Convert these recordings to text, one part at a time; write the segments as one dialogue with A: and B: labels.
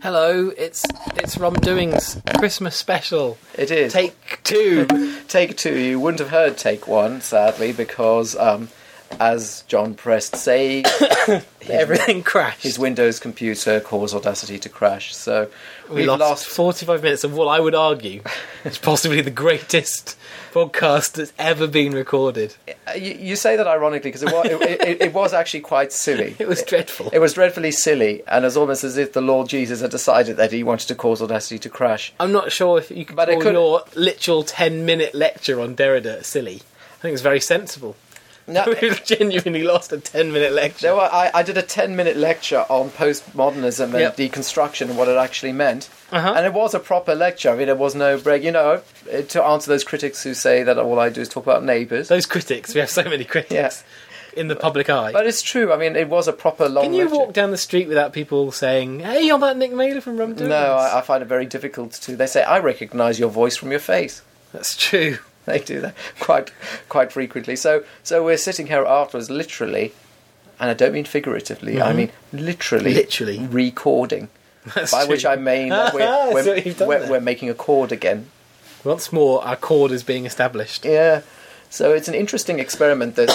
A: Hello, it's it's Rom Doing's Christmas special.
B: It is.
A: Take two.
B: Take two. You wouldn't have heard take one, sadly, because um, as John pressed say,
A: Everything crashed.
B: his Windows computer caused Audacity to crash. So
A: we lost, 45 minutes of what I would argue is possibly the greatest podcast that's ever been recorded.
B: Uh, You, you say that ironically because it was, it, it, it was actually quite silly.
A: It was dreadful.
B: It was dreadfully silly, and it's almost as if the Lord Jesus had decided that he wanted to cause Audacity to crash.
A: I'm not sure if you could
B: But it
A: call
B: could-
A: your literal 10 minute lecture on Derrida silly. I think it's very sensible.
B: No,
A: we genuinely lost a 10 minute lecture.
B: there were, I, I did a 10 minute lecture on postmodernism and
A: Yep.
B: deconstruction and what it actually meant.
A: Uh-huh.
B: And it was a proper lecture. I mean, there was no break. You know, to answer those critics who say that all I do is talk about neighbours.
A: Those critics, we have so many critics
B: Yeah.
A: in the public eye.
B: But oh, it's true. I mean, it was a proper long
A: Can you
B: lecture.
A: walk down the street without people saying, hey, you're that Nick Mailer from Rum
B: no, I, I find it very difficult to. They say, I recognise your voice from your face.
A: That's true.
B: They do that quite quite frequently. So so we're sitting here afterwards, literally, and I don't mean figuratively. I mean literally,
A: Mm-hmm. Literally.
B: recording.
A: That's
B: By
A: true.
B: which I mean that
A: Ah,
B: we're
A: I see
B: we're,
A: what you've done
B: we're,
A: there.
B: we're making a chord again.
A: Once more, our chord is being established.
B: Yeah. So it's an interesting experiment. That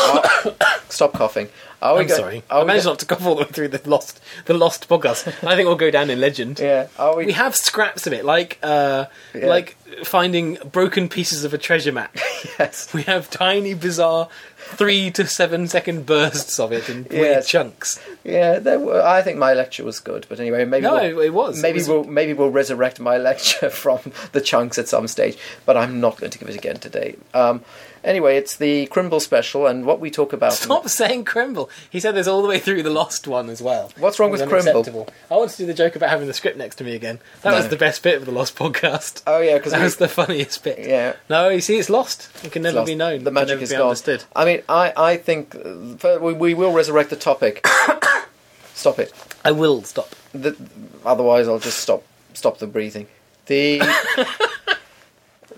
B: stop coughing. Are we
A: I'm
B: go-
A: sorry.
B: Are
A: I
B: we
A: managed
B: go-
A: not to cough all the way through the lost, the lost podcast. I think we'll go down in legend.
B: Yeah. Are we?
A: We have scraps of it, like uh,
B: Yeah.
A: like finding broken pieces of a treasure map.
B: yes.
A: we have tiny, bizarre, three to seven second bursts of it in weird
B: Yes.
A: chunks.
B: Yeah. There were, I think my lecture was good, but anyway, maybe
A: No,
B: we'll-
A: it was. It
B: Maybe
A: was-
B: we'll maybe we'll resurrect my lecture from the chunks at some stage, but I'm not going to give it again today. Um, anyway, it's the Crimble special, and what we talk about.
A: Stop saying Crimble. He said this all the way through the lost one as well.
B: What's wrong
A: It was
B: with Crimble?
A: unacceptable. I want to do the joke about having the script next to me again. That
B: No.
A: was the best bit of the lost podcast.
B: Oh yeah, because
A: that was the funniest bit.
B: Yeah.
A: No, you see, it's lost. It can never be known.
B: The
A: It can
B: magic
A: never
B: is
A: be
B: gone.
A: understood.
B: I mean, I I think uh, fir- we, we will resurrect the topic. stop it.
A: I will stop.
B: The, otherwise, I'll just stop stop the breathing. The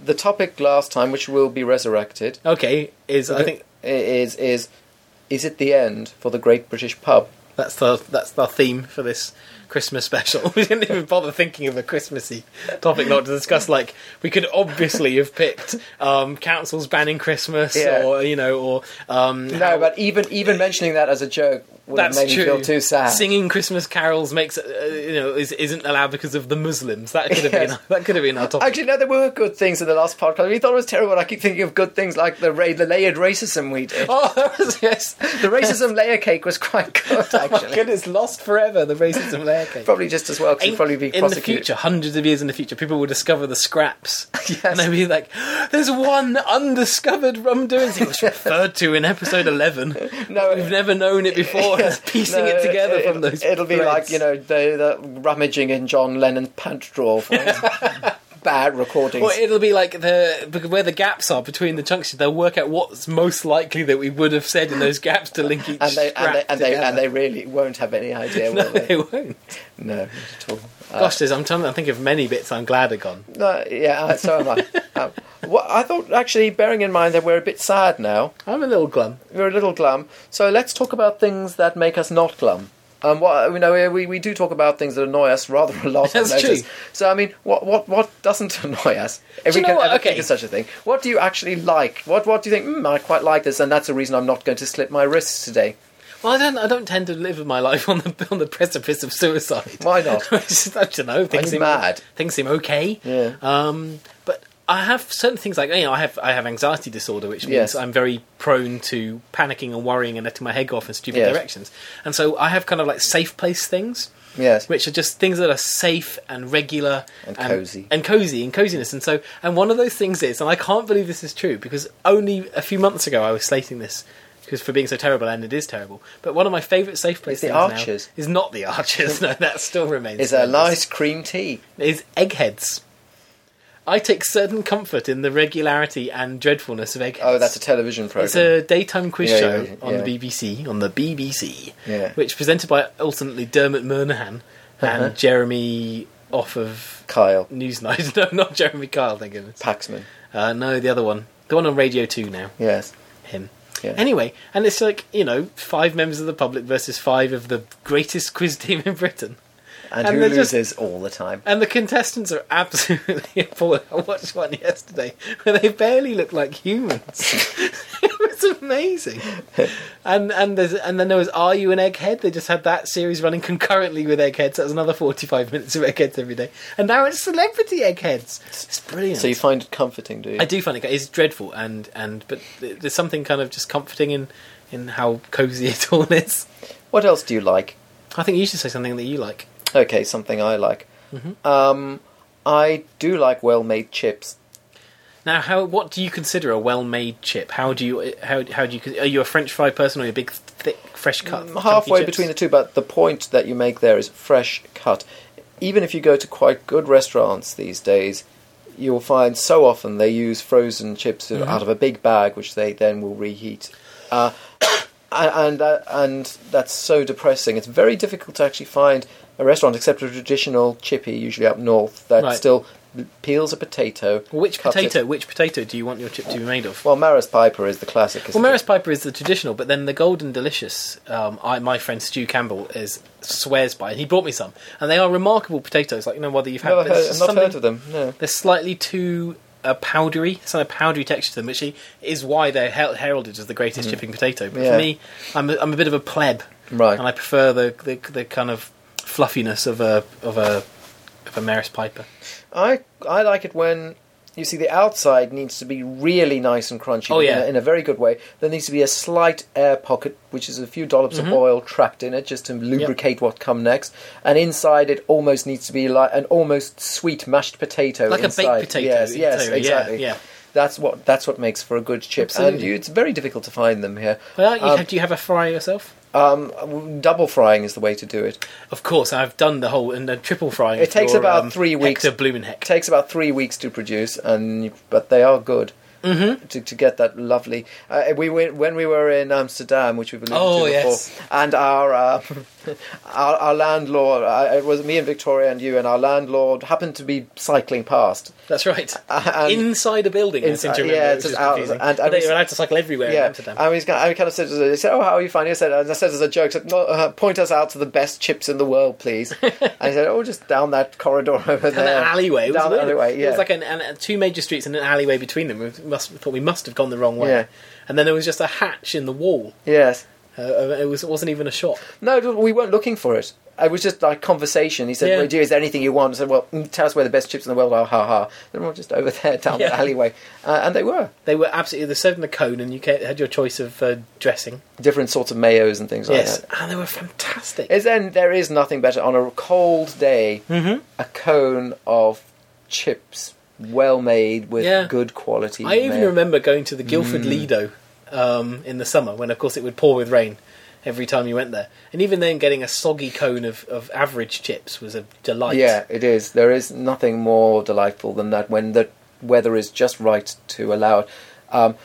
B: the topic last time, which will be resurrected,
A: Okay, is I think
B: is is is it the end for the Great British Pub?
A: that's the that's the theme for this Christmas special. we didn't even bother thinking of a Christmassy topic not to discuss. Like we could obviously have picked um, councils banning Christmas,
B: Yeah.
A: or you know, or um,
B: No, but even even mentioning that as a joke would have
A: that's
B: made
A: true.
B: me feel too sad.
A: Singing Christmas carols makes uh, you know is, isn't allowed because of the Muslims. That could have
B: Yes.
A: been that could have been our topic.
B: Actually, no, there were good things in the last podcast. We thought it was terrible. I keep thinking of good things like the ra- the layered racism we did.
A: oh, that was, yes.
B: The racism layer cake was quite good,
A: My
B: actually.
A: goodness, lost forever the racism layer cake.
B: probably just as well, 'cause
A: In-
B: you'd probably be
A: in the
B: prosecuted.
A: future, hundreds of years in the future, people will discover the scraps,
B: Yes.
A: and they'll be like, "There's one undiscovered rum doing thing, which referred to in episode 11.
B: No, uh,
A: We've never known it before. and it's piecing
B: no,
A: it together
B: it'll-
A: from those.
B: It'll be like
A: threads.
B: you know the, the rummaging in John Lennon's pant drawer for his bad recordings.
A: Or it'll be like the because where the gaps are between the junctions. They'll work out what's most likely that we would have said in those gaps to link each
B: and they
A: scrap
B: and they, and they and
A: together.
B: they really won't have any idea, will
A: no,
B: they?
A: they won't.
B: No, not at all. Uh,
A: Gosh, there's, I'm trying to think of many bits I'm glad are gone.
B: no, yeah, uh, so am I. Um, what I thought, actually, bearing in mind that we're a bit sad now,
A: I'm a little glum.
B: we're a little glum. So let's talk about things that make us not glum. Um, what you know, we, we do talk about things that annoy us rather a lot. I
A: That's
B: notice.
A: true.
B: So I mean, what what what doesn't annoy us? If
A: Do
B: we
A: you know
B: can
A: what?
B: ever
A: Okay.
B: think of such a thing, what do you actually like? What what do you think? Mm, I quite like this, and that's the reason I'm not going to slip my wrists today.
A: Well, I don't. I don't tend to live my life on the on the precipice of suicide.
B: Why not?
A: I just- I don't know. Things
B: you
A: seem
B: mad?
A: Things seem okay.
B: Yeah.
A: Um, but I have certain things like you know I have I have anxiety disorder, which means
B: Yes.
A: I'm very prone to panicking and worrying and letting my head go off in stupid
B: Yes.
A: directions. And so I have kind of like safe place things.
B: Yes.
A: Which are just things that are safe and regular
B: And cosy.
A: And cozy and coziness. And so and one of those things is, and I can't believe this is true, because only a few months ago I was slating this because for being so terrible and it is terrible. But one of my favourite safe places
B: the Archers.
A: is not the archers, no, that still remains.
B: Is a
A: horrendous.
B: nice cream tea.
A: is eggheads. I take certain comfort in the regularity and dreadfulness of eggheads.
B: Oh, that's a television program.
A: It's a daytime quiz
B: Yeah,
A: show
B: yeah,
A: on
B: yeah.
A: the BBC, on the BBC,
B: Yeah. Uh-huh.
A: which presented by alternately Dermot Murnahan and Jeremy off of
B: Kyle
A: Newsnight. No, not Jeremy Kyle, thank goodness.
B: Paxman.
A: Uh, no, the other one, the one on Radio Two now,
B: Yes.
A: him.
B: Yeah.
A: Anyway, and it's like you know, five members of the public versus five of the greatest quiz team in Britain.
B: And,
A: And
B: who
A: they're just-
B: loses all the time?
A: And the contestants are absolutely appalling. I watched one yesterday where they barely look like humans. it was amazing. And and there's and then there was Are You an Egghead? They just had that series running concurrently with Eggheads. That was another forty five minutes of Eggheads every day. And now it's celebrity Eggheads. It's brilliant.
B: So you find it comforting, do you?
A: Uh, I do find it it's dreadful and and but th- there's something kind of just comforting in in how cozy it all is.
B: What else do you like?
A: I think you should say something that you like.
B: Okay, something I like.
A: Mm-hmm.
B: Um, I do like well-made chips.
A: Now, how what do you consider a well-made chip? How do you how how do you are you a French fry person or you a big thick fresh cut?
B: Mm, halfway between the two, but the point that you make there is fresh cut. Even if you go to quite good restaurants these days, you'll find so often they use frozen chips
A: Mm-hmm.
B: out of a big bag, which they then will reheat. Uh, and and, that, and that's so depressing. It's very difficult to actually find a restaurant, except a traditional chippy, usually up north, that
A: Right.
B: still peels a potato.
A: which
B: cuts it-
A: potato? Which potato do you want your chip to be made of?
B: Well, Maris Piper is the classic. Isn't
A: Well,
B: it?
A: Maris Piper is the traditional, but then the Golden Delicious, um, I, my friend Stu Campbell is swears by, and he brought me some, and they are remarkable potatoes. Like you know whether you've had
B: Never
A: there's
B: heard, I've not
A: something-
B: heard of them. No.
A: They're slightly too uh, powdery, some powdery texture to them, which is why they're hel- heralded as the greatest chipping potato. But
B: Mm. Yeah.
A: for me, I'm a, I'm a bit of a pleb,
B: Right.
A: And I prefer the, the the kind of fluffiness of a of a of a Maris Piper.
B: I I like it when you see the outside needs to be really nice and crunchy
A: Oh,
B: in,
A: yeah.
B: a, in a very good way. There needs to be a slight air pocket, which is a few dollops
A: Mm-hmm.
B: of oil trapped in it just to lubricate what come next. And inside it almost needs to be like an almost sweet mashed potato.
A: Like a baked
B: inside.
A: potato
B: Yes,
A: in
B: yes,
A: theory, yeah,
B: exactly.
A: yeah.
B: That's what that's what makes for a good chip. And
A: Absolutely.
B: you, it's very difficult to find them here.
A: Well, you
B: Um,
A: have, do you have a fry yourself?
B: um, double frying is the way to do it.
A: Of course, I've done the whole and the triple frying.
B: It takes
A: for,
B: about
A: um,
B: three weeks.
A: Hector Blumenheck.
B: It takes about three weeks to produce, and you- but they are good. Mm-hmm. To, to get that lovely, uh, we went, when we were in Amsterdam, which we've alluded
A: Oh,
B: to before,
A: yes.
B: and our, uh, our our landlord, uh, it was me and Victoria and you, and our landlord happened to be cycling past.
A: That's right.
B: and-
A: inside a building. I seem
B: Inside-
A: to remember.
B: yeah,
A: It was
B: just
A: just
B: out-
A: confusing.
B: and-
A: But
B: and-
A: they were allowed to cycle everywhere in
B: yeah,
A: Amsterdam.
B: and we, was kind of, I kind of said, to- he said, "Oh, how are you finding?" I said, and I said as a joke, I said, no, uh, "Point us out to the best chips in the world, please." and he said, "Oh, just down that corridor over
A: And
B: there,
A: an alleyway. It was
B: down the
A: weird.
B: alleyway." Yeah,
A: It was like an, an, two major streets and an alleyway between them. We must thought we must have gone the wrong way.
B: Yeah.
A: And then there was just a hatch in the wall.
B: yes.
A: Uh, Uh, it was it wasn't even a shop.
B: No, it was- we weren't looking for it. It was just like conversation. He said,
A: Yeah.
B: well, dear, is there anything you want? I said, well, mm, tell us where the best chips in the world are. Ha ha. Then we're just over there down the
A: Yeah.
B: alleyway. Uh, and they were.
A: They were absolutely they served in a cone, and you ca- had your choice of uh, dressing.
B: Different sorts of mayos and things
A: Yes,
B: like that.
A: and they were fantastic.
B: Is then there is nothing better on a cold day,
A: Mm-hmm.
B: a cone of chips, well made with
A: Yeah.
B: good quality.
A: I even
B: mayo.
A: remember going to the Guildford
B: Mm.
A: Lido um, in the summer when, of course, it would pour with rain every time you went there. And even then, getting a soggy cone of, of average chips was a delight.
B: Yeah, it is. There is nothing more delightful than that when the weather is just right to allow it. Um,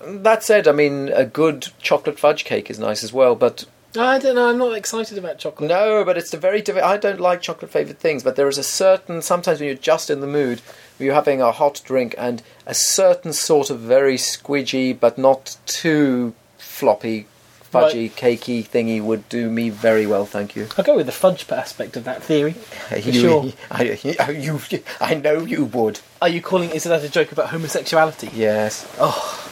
B: that said, I mean, a good chocolate fudge cake is nice as well, but
A: I don't know. I'm not excited about chocolate.
B: no, but it's a very different. I don't like chocolate flavoured things, but there is a certain. Sometimes when you're just in the mood, when you're having a hot drink and a certain sort of very squidgy but not too floppy, fudgy, cakey thingy would do me very well, thank you.
A: I'll go with the fudge aspect of that theory. For
B: You-
A: sure.
B: I, you, I know you would.
A: Are you calling? Is that a joke about homosexuality?
B: Yes.
A: Oh,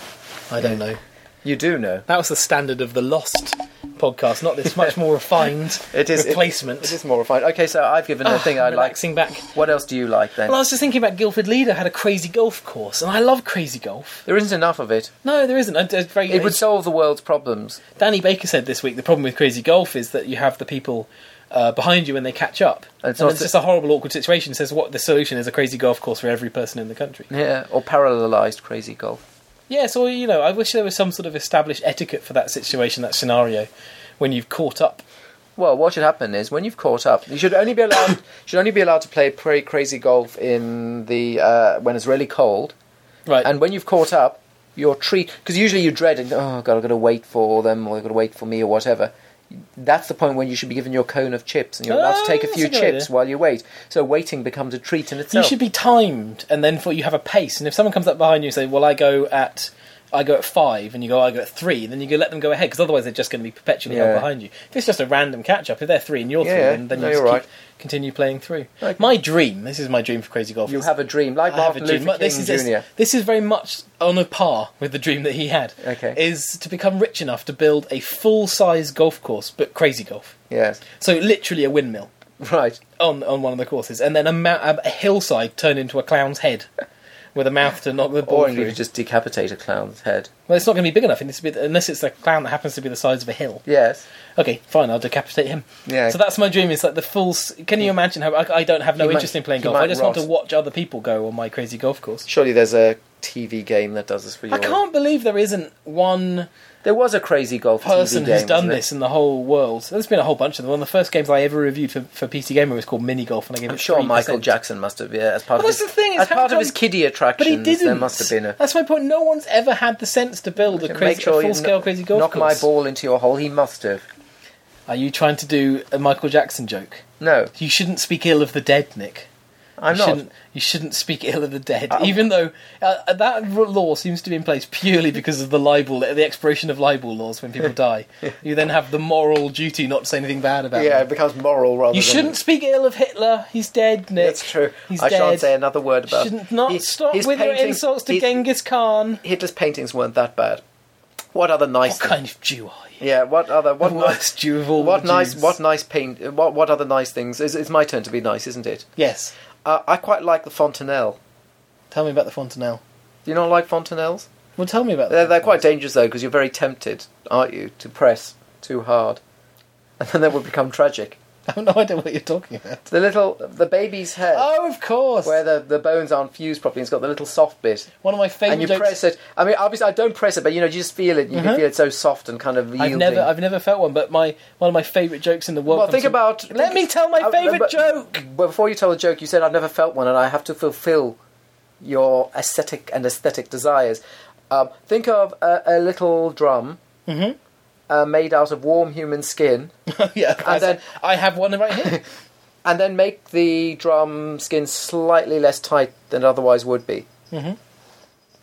A: I don't know.
B: You do know.
A: That was the standard of the Lost podcast, not this much more refined
B: It is
A: replacement.
B: It, it is more refined. Okay, so I've given a
A: Ah,
B: thing I like.
A: relaxing back.
B: What else do you like then?
A: Well, I was just thinking about Guildford Leader had a crazy golf course, and I love crazy golf.
B: there isn't enough of it.
A: No, there isn't. I, I- very,
B: It would solve the world's problems.
A: Danny Baker said this week the problem with crazy golf is that you have the people uh, behind you when they catch up, and,
B: And
A: it's,
B: it's not the-
A: just a horrible, awkward situation. It Says what the solution is a crazy golf course for every person in the country.
B: Yeah, or parallelised crazy golf.
A: Yeah, so you know, I wish there was some sort of established etiquette for that situation, that scenario, when you've caught up.
B: Well, what should happen is when you've caught up, you should only be allowed should only be allowed to play pra- crazy golf in the uh, when it's really cold,
A: Right.
B: and when you've caught up, your treat because usually you dread and oh god, I've got to wait for them or they've got to wait for me or whatever. That's the point when you should be given your cone of chips and you're allowed to
A: Oh,
B: take a
A: that's
B: few
A: a good
B: chips
A: idea.
B: while you wait. So waiting becomes a treat in
A: you
B: itself.
A: should be timed, and then for you have a pace. And if someone comes up behind you and say, "Well, I go at I go at five, and you go, I go at three, then you go let them go ahead because otherwise they're just going to be perpetually held
B: Yeah.
A: behind you. If it's just a random catch up, if they're three and you're
B: Yeah,
A: three,
B: yeah.
A: then, then
B: No,
A: you just
B: you're
A: keep, continue playing through.
B: Okay.
A: My dream, this is my dream for Crazy Golf.
B: You
A: is-
B: have a dream, like
A: I have
B: Martin
A: a dream.
B: Luther King
A: this is
B: Jr.
A: This, this is very much on a par with the dream that he had.
B: Okay.
A: is to become rich enough to build a full size golf course, but Crazy Golf.
B: Yes.
A: So literally a windmill
B: Right.
A: on on one of the courses, and then a, mou- a hillside turned into a clown's head with a mouth to knock the ball
B: Or
A: through.
B: you could just decapitate a clown's head.
A: Well, it's not going to be big enough it needs to be, unless it's a clown that happens to be the size of a hill.
B: Yes.
A: Okay, fine, I'll decapitate him.
B: Yeah.
A: So that's my dream. It's like the full. s- Can you imagine how I, I don't have no
B: He might-
A: interest in playing
B: he
A: golf. I
B: might
A: just want
B: rot.
A: to watch other people go on my crazy golf course.
B: Surely there's a TV game that does this for you.
A: I can't believe there isn't one
B: There was a crazy golf
A: person
B: TV game,
A: who's done
B: wasn't it?
A: this in the whole world. There's been a whole bunch of them. One of the first games I ever reviewed for, for PC Gamer was called Mini Golf, and I gave
B: I'm
A: it
B: sure
A: 3%.
B: Michael Jackson must have, yeah, as part
A: Well,
B: of
A: that's
B: his,
A: the thing, is
B: as
A: how
B: part
A: come-
B: of his kiddie attractions,
A: But he didn't.
B: there must have been a.
A: That's my point. No one's ever had the sense to build a, crazy, a full-scale
B: kn-
A: crazy golf
B: knock
A: course.
B: my ball into your hole. He must have.
A: Are you trying to do a Michael Jackson joke?
B: No,
A: You shouldn't speak ill of the dead, Nick.
B: I'm
A: you
B: not.
A: Shouldn't, you shouldn't speak ill of the dead,
B: Oh.
A: even though uh, that r- law seems to be in place purely because of the libel, the expiration of libel laws when people die. You then have the moral duty not to say anything bad about
B: Yeah,
A: them.
B: it becomes moral rather.
A: You
B: than-
A: shouldn't speak ill of Hitler. He's dead, Nick.
B: That's true.
A: He's
B: I
A: dead.
B: shan't say another word about.
A: Shouldn't not
B: His-
A: stop
B: his
A: with your
B: painting-
A: insults to
B: his-
A: Genghis Khan.
B: Hitler's paintings weren't that bad. What other nice?
A: What kind of Jew are you?
B: Yeah. What other?
A: The
B: What nice-
A: worst Jew of all
B: What
A: the
B: nice?
A: Jews.
B: What nice paint? What what other nice things? It's, it's my turn to be nice, isn't it?
A: Yes.
B: Uh, I quite like the Fontanelle.
A: Tell me about the Fontanelle.
B: Do you not like Fontanelles?
A: Well, tell me about
B: They're,
A: that.
B: they're quite dangerous though, because you're very tempted, aren't you, to press too hard, and then that would become tragic.
A: I have no idea what you're talking about.
B: The little, the baby's head,
A: Oh, of course.
B: where the, the bones aren't fused properly, it's got the little soft bit,
A: One of my favourite
B: and you
A: jokes.
B: press it. I mean, obviously, I don't press it, but you know, you just feel it. You
A: Mhm.
B: can feel it so soft and kind of yielding.
A: I've never, I've never felt one, but my one of my favourite jokes in the world.
B: well,
A: comes
B: think
A: from-
B: about.
A: Let me tell my
B: uh,
A: favourite
B: but-
A: joke.
B: Well, before you tell the joke, you said I've never felt one, and I have to fulfil your aesthetic and aesthetic desires. Um, think of a, a little drum
A: Mhm.
B: uh, made out of warm human skin,
A: yeah, and
B: then-
A: I have one right here.
B: and then make the drum skin slightly less tight than it otherwise would be.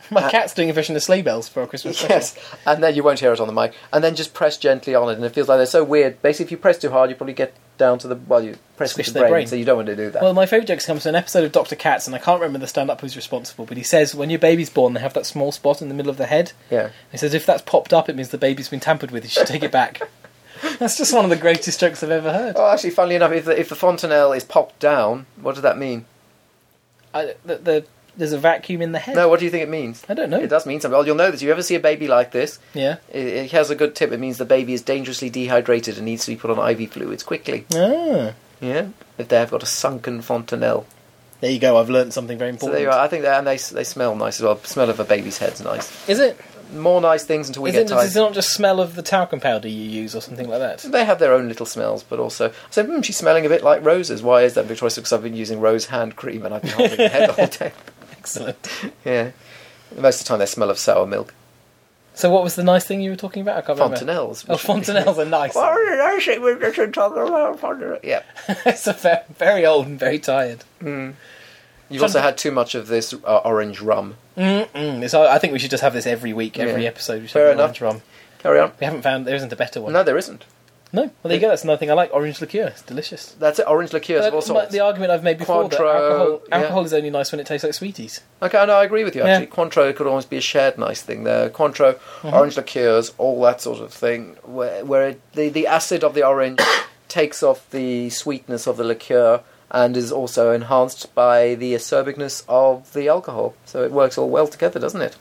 A: My cat's doing a version of sleigh bells for a Christmas. special.
B: Yes, and then you won't hear it on the mic, and then just press gently on it, and it feels like they're so weird. Basically, if you press too hard, you probably get down to the well, you press
A: Squish
B: into the
A: their
B: brain,
A: brain.
B: so you don't want to do that.
A: Well, my favourite jokes comes from an episode of Doctor Katz, and I can't remember the stand-up who's responsible, but he says when your baby's born, they have that small spot in the middle of the head.
B: yeah,
A: He says if that's popped up, it means the baby's been tampered with. You should take it back. That's just one of the greatest jokes I've ever heard.
B: Oh, actually, funnily enough, if the, if the fontanelle is popped down, what does that mean?
A: I, the, the, there's a vacuum in the head.
B: No, what do you think it means?
A: I don't know.
B: It does mean something. Well, you'll know this. You ever see a baby like this?
A: Yeah.
B: It, it has a good tip. It means the baby is dangerously dehydrated and needs to be put on IV fluids quickly.
A: Ah.
B: Yeah, if they have got a sunken fontanelle.
A: There you go. I've learned something very
B: So
A: important.
B: there you are. I think they and they they smell nice as well. The smell of a baby's head's nice.
A: Is it?
B: More nice things until we
A: Is
B: get
A: it,
B: tired.
A: is it not just smell of the talcum powder you use or something like that?
B: They have their own little smells, but also I said, hmm, she's smelling a bit like roses. Why is that, Victoria? Because I've been using rose hand cream and I've been holding my head all day.
A: Excellent.
B: Yeah, most of the time they smell of sour milk.
A: So what was the nice thing you were talking about? I can't remember.
B: Fontanelles.
A: Oh, fontanelles are nice.
B: Yeah.
A: it's a fair, very old and very tired.
B: You've also had too much of this uh, orange rum.
A: Mm-mm. It's, I think we should just have this every week, every
B: Yeah.
A: episode. We should
B: Fair
A: have an Orange
B: enough.
A: rum.
B: Carry on.
A: We haven't found there isn't a better one.
B: No, there isn't.
A: No. Well, there you go. That's another thing I like. Orange liqueur. It's delicious.
B: That's it. Orange liqueurs
A: But
B: of all sorts.
A: the argument I've made before
B: Cointreau,
A: that alcohol,
B: yeah.
A: alcohol is only nice when it tastes like sweeties.
B: Okay, no, I agree with you.
A: Yeah. Mm-hmm.
B: Actually, Cointreau could almost be a shared nice thing there. Cointreau, orange liqueurs, all that sort of thing, where where it, the the acid of the orange takes off the sweetness of the liqueur and is also enhanced by the acerbicness of the alcohol. So it works all well together, doesn't it?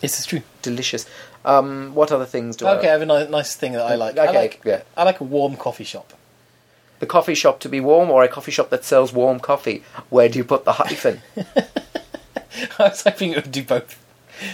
A: This is true.
B: Delicious. Um, what other things do
A: Okay, I
B: I
A: have a ni- nice thing that I like. I
B: Okay,
A: like,
B: yeah.
A: I like a warm coffee shop.
B: the coffee shop to be warm or a coffee shop that sells warm coffee? Where do you put the hyphen?
A: I was hoping it would do both.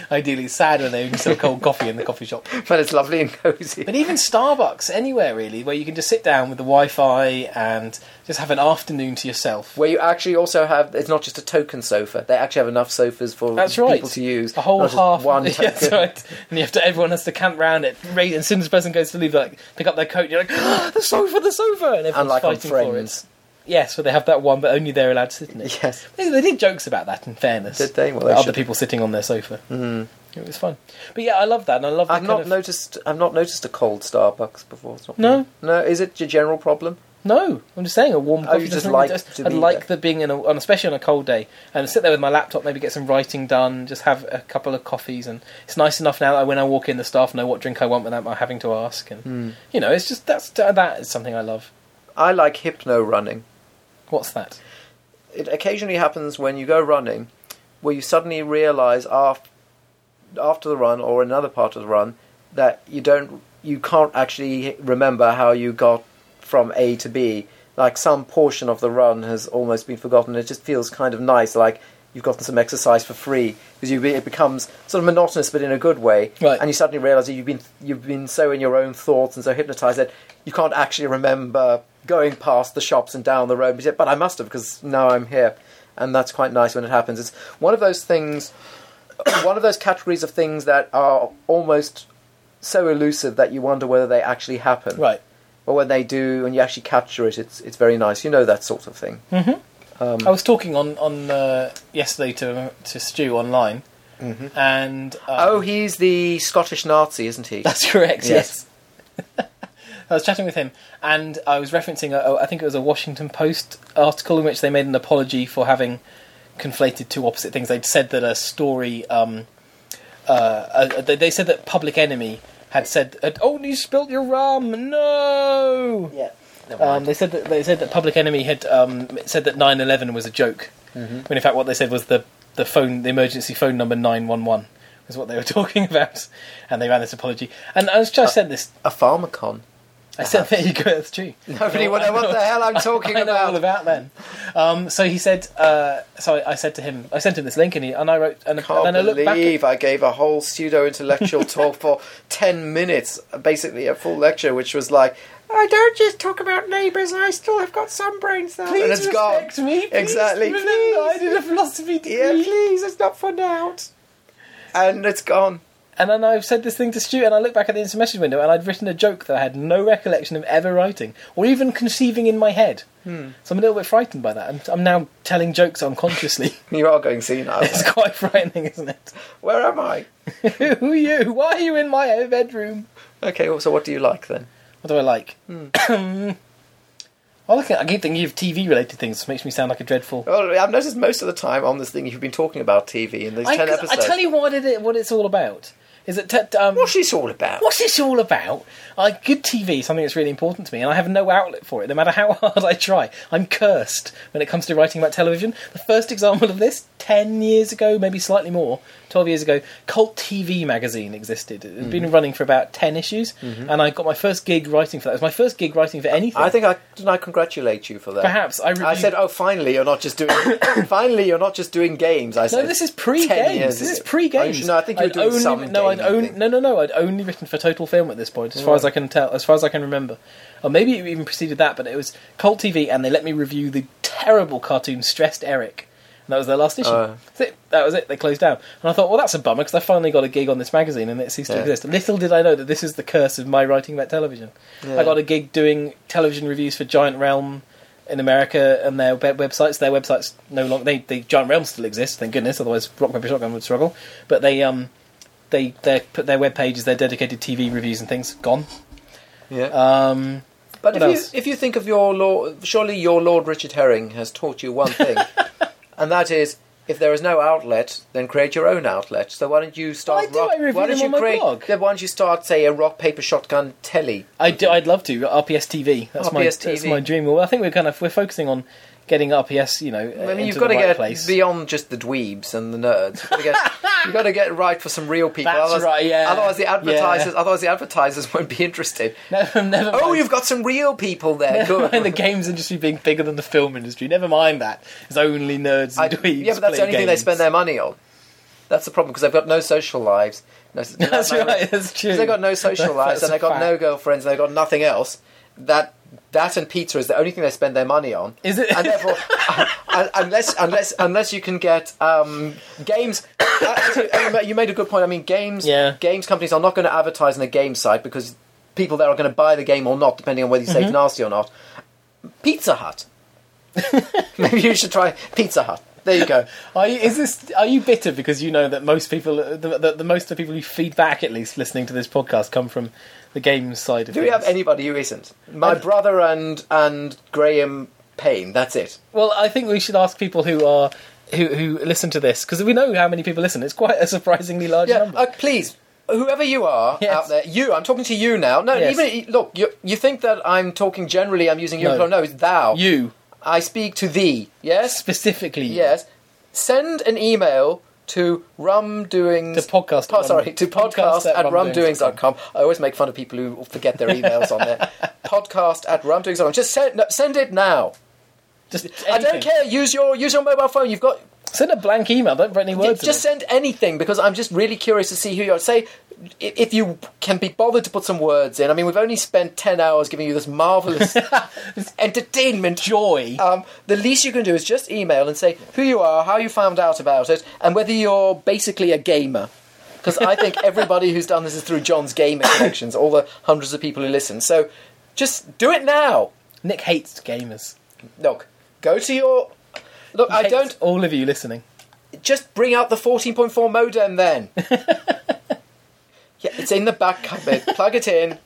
A: Ideally, it's sad when they only sell cold coffee in the coffee shop.
B: but it's lovely and cozy.
A: But even Starbucks, anywhere really, where you can just sit down with the Wi-Fi and just have an afternoon to yourself.
B: Where you actually also have, it's not just a token sofa. They actually have enough sofas for
A: That's
B: people
A: right.
B: to use.
A: a whole
B: not just
A: half.
B: one
A: yeah,
B: token.
A: that's right. And you have to. Everyone has to camp round it. Right, as soon as the person goes to leave, like pick up their coat. You're like, "Ah, the sofa, the sofa, and everyone's
B: Unlike on
A: fighting for it.
B: Friends.
A: Yes, where they have that one, but only they're allowed to sit in it.
B: Yes.
A: They, they did jokes about that. In fairness,
B: Did they? Well, they
A: other
B: should. Mm-hmm.
A: people sitting on their sofa. Mm. It was fun. But yeah, I love that, and I love. that
B: I've
A: kind
B: not
A: of-
B: noticed. I've not noticed a cold Starbucks before. It's not
A: No?
B: no. Is it a general problem?
A: No, I'm just saying a warm
B: Oh,
A: coffee.
B: you just
A: doesn't-
B: like
A: just-
B: to
A: I'd
B: be
A: like
B: there.
A: the being in a, on, especially on a cold day, and sit there with my laptop, maybe get some writing done, just have a couple of coffees, and it's nice enough now that when I walk in, the staff know what drink I want without my having to ask, and
B: Hmm.
A: you know, it's just that's that is something I love.
B: I like hypno running.
A: What's that?
B: It occasionally happens when you go running, where you suddenly realise after after the run or another part of the run that you don't you can't actually remember how you got from A to B. Like some portion of the run has almost been forgotten. It just feels kind of nice, like you've gotten some exercise for free because you be, it becomes sort of monotonous, but in a good way.
A: Right.
B: And you suddenly realise that you've been you've been so in your own thoughts and so hypnotised that you can't actually remember going past the shops and down the road. But you say, But I must have because now I'm here, and that's quite nice when it happens. It's one of those things one of those categories of things that are almost so elusive that you wonder whether they actually happen.
A: Right.
B: But when they do, and you actually capture it, it's it's very nice. You know that sort of thing.
A: Hmm.
B: um,
A: I was talking on on uh, yesterday to to Stu online, and uh,
B: Mm-hmm. Oh, he's the Scottish Nazi, isn't he?
A: That's correct. Yes.
B: Yes.
A: I was chatting with him, and I was referencing. A, a- I think it was a Washington Post article in which they made an apology for having conflated two opposite things. They'd said that a story. Um, uh, uh, they they said that Public Enemy had said, uh, "Oh, you spilt your rum! No!"
B: yeah.
A: Um, they said that they said that Public Enemy had um, said that 9/11 was a joke.
B: Mm-hmm.
A: When in fact, what they said was the the phone, the emergency phone number 911 was what they were talking about, and they ran this apology. And I was just
B: Uh,
A: said this.
B: a pharmacon.
A: I said, "There you go, that's true."
B: uh-huh. Nobody would know what the hell I'm talking
A: I know all
B: about.
A: about then. Um, so he said. Uh, so I, I said to him, I sent him this link, and he and I wrote, and,
B: Can't
A: then I looked back. At,
B: believe I gave a whole pseudo intellectual talk for ten minutes, basically a full lecture, which was like, I don't just talk about neighbours. I still have got some brain cell,
A: Please
B: and it's gone.
A: respect me. Please
B: Exactly.
A: Remember, I
B: Please.
A: did a philosophy degree.
B: Yeah, please, it's not for now. And it's gone.
A: And then I've said this thing to Stu, and I look back at the instant message window, and I'd written a joke that I had no recollection of ever writing or even conceiving in my head.
B: Hmm.
A: So I'm a little bit frightened by that. I'm, I'm now telling jokes unconsciously.
B: You are going senile.
A: it's quite frightening, isn't it?
B: Where am I?
A: Who are you? Why are you in my bedroom?
B: Okay, well, so what do you like then?
A: What do I like?
B: Hmm.
A: well, I, can, I keep thinking of TV related things, which makes me sound like a dreadful.
B: Well, I've noticed most of the time on this thing you've been talking about TV in these
A: I,
B: ten
A: 'cause
B: episodes.
A: I tell you what it what it's all about. Is it t- um,
B: what's this all about?
A: what's this all about? Like good TV, is something that's really important to me, and I have no outlet for it, no matter how hard I try. I'm cursed when it comes to writing about television. The first example of this, ten years ago, maybe slightly more, twelve years ago, Cult TV magazine existed. It had been running for about ten issues, and I got my first gig writing for that. It was my first gig writing for anything.
B: I think I didn't. I congratulate you for that.
A: Perhaps I reviewed-
B: I said, "Oh, finally, you're not just doing. finally, you're not just doing games." I said,
A: No, this is pre
B: "Ten
A: games.
B: years
A: This is
B: ago."
A: pre
B: Oh,
A: games.
B: No, I think you were doing
A: only,
B: some.
A: No, I'd
B: gaming
A: only,
B: thing. Mm.
A: no, no, no. I'd only written for Total Film at this point, as far as I can tell, as far as I can remember. Or maybe it even preceded that, but it was Cult TV, and they let me review the terrible cartoon Stressed Eric. And that was their last issue.
B: Oh.
A: That's it. That was it. They closed down, and I thought, well, that's a bummer because I finally got a gig on this magazine, and it ceased to
B: Yeah.
A: exist. Little did I know that this is the curse of my writing about television.
B: Yeah.
A: I got a gig doing television reviews for Giant Realm in America and their web- websites. Their websites no longer they, they Giant Realm still exists, thank goodness. Otherwise, Rock Paper Shotgun would struggle. But they um they they put their web pages, their dedicated TV reviews and things gone.
B: Yeah.
A: Um,
B: But
A: What
B: if you,
A: else?
B: if you think of your Lord, surely your Lord Richard Herring has taught you one thing, and that is if there is no outlet, then create your own outlet. So why don't you start?
A: I do, I review
B: why don't
A: them
B: you
A: on my
B: create?
A: blog.
B: yeah, why don't you start, say, a rock paper shotgun telly?
A: I do, I'd love to RPS TV. That's my
B: RPS
A: that's
B: TV.
A: my dream. Well, I think we're kind of we're focusing on getting RPS. You know,
B: I mean, you've
A: got to
B: get
A: place.
B: beyond just the dweebs and the nerds. You've got to get, you've got to get right for some real people.
A: That's
B: otherwise,
A: right, yeah.
B: Otherwise, the
A: Yeah.
B: advertisers, otherwise the advertisers won't be interested.
A: never, never
B: Oh,
A: mind.
B: you've got some real people there.
A: Never
B: Good.
A: mind the games industry being bigger than the film industry. Never mind that. It's only nerds
B: I-
A: and dweebs.
B: yeah, but that's
A: play
B: the only thing they
A: games.
B: spend their money on. That's the problem because they've got no social lives. No,
A: That's right. That's true.
B: They've got no social
A: That-
B: lives
A: that's
B: and they've
A: a
B: got no
A: fact.
B: girlfriends. and They've got nothing else. That that and pizza is the only thing they spend their money on.
A: Is it-
B: And therefore, un- un- unless unless unless you can get um, games. uh, actually, oh, you ma- you made a good point. I mean, games.
A: Yeah.
B: Games companies are not going to advertise on a game site because people there are going to buy the game or not, depending on whether you say it's
A: Mm-hmm.
B: nasty or not. Pizza Hut. Maybe you should try Pizza Hut. There you go.
A: Are you, is this? Are you bitter because you know that most people, the, the, the most of the people who feedback at least listening to this podcast come from the games side of
B: Do
A: things?
B: we have anybody who isn't? My brother and and Graham Payne. That's it.
A: Well, I think we should ask people who are who who listen to this because we know how many people listen. It's quite a surprisingly large
B: Yeah.
A: number.
B: Uh, please, whoever you are
A: Yes.
B: out there, you. I'm talking to you now. No,
A: Yes.
B: even look. You, you think that I'm talking generally? I'm using you.
A: No.
B: No, no it's thou.
A: you
B: I speak to thee. Yes.
A: specifically.
B: Yes. Send an email to rumdoings.
A: To podcast
B: Po-
A: at
B: sorry, to podcast,
A: podcast at
B: at
A: rumdoings.com.
B: rumdoings.com. I always make fun of people who forget their emails on there. podcast at rumdoings.com. Just send, no, send it now.
A: Just
B: I don't
A: anything.
B: care. Use your use your mobile phone. You've got
A: Send a blank email. Don't put any words. in
B: just
A: it.
B: send anything because I'm just really curious to see who you are. Say i- if you can be bothered to put some words in. I mean, we've only spent ten hours giving you this marvelous entertainment
A: joy.
B: um, the least you can do is just email and say who you are, how you found out about it, and whether you're basically a gamer. Because I think everybody who's done this is through John's gaming connections, all the hundreds of people who listen. So just do it now.
A: Nick hates gamers.
B: Look, go to your. Look,
A: He
B: I
A: hates
B: don't.
A: All of you listening.
B: Just bring out the 14.4 modem then. yeah, it's in the back cupboard. Plug it in.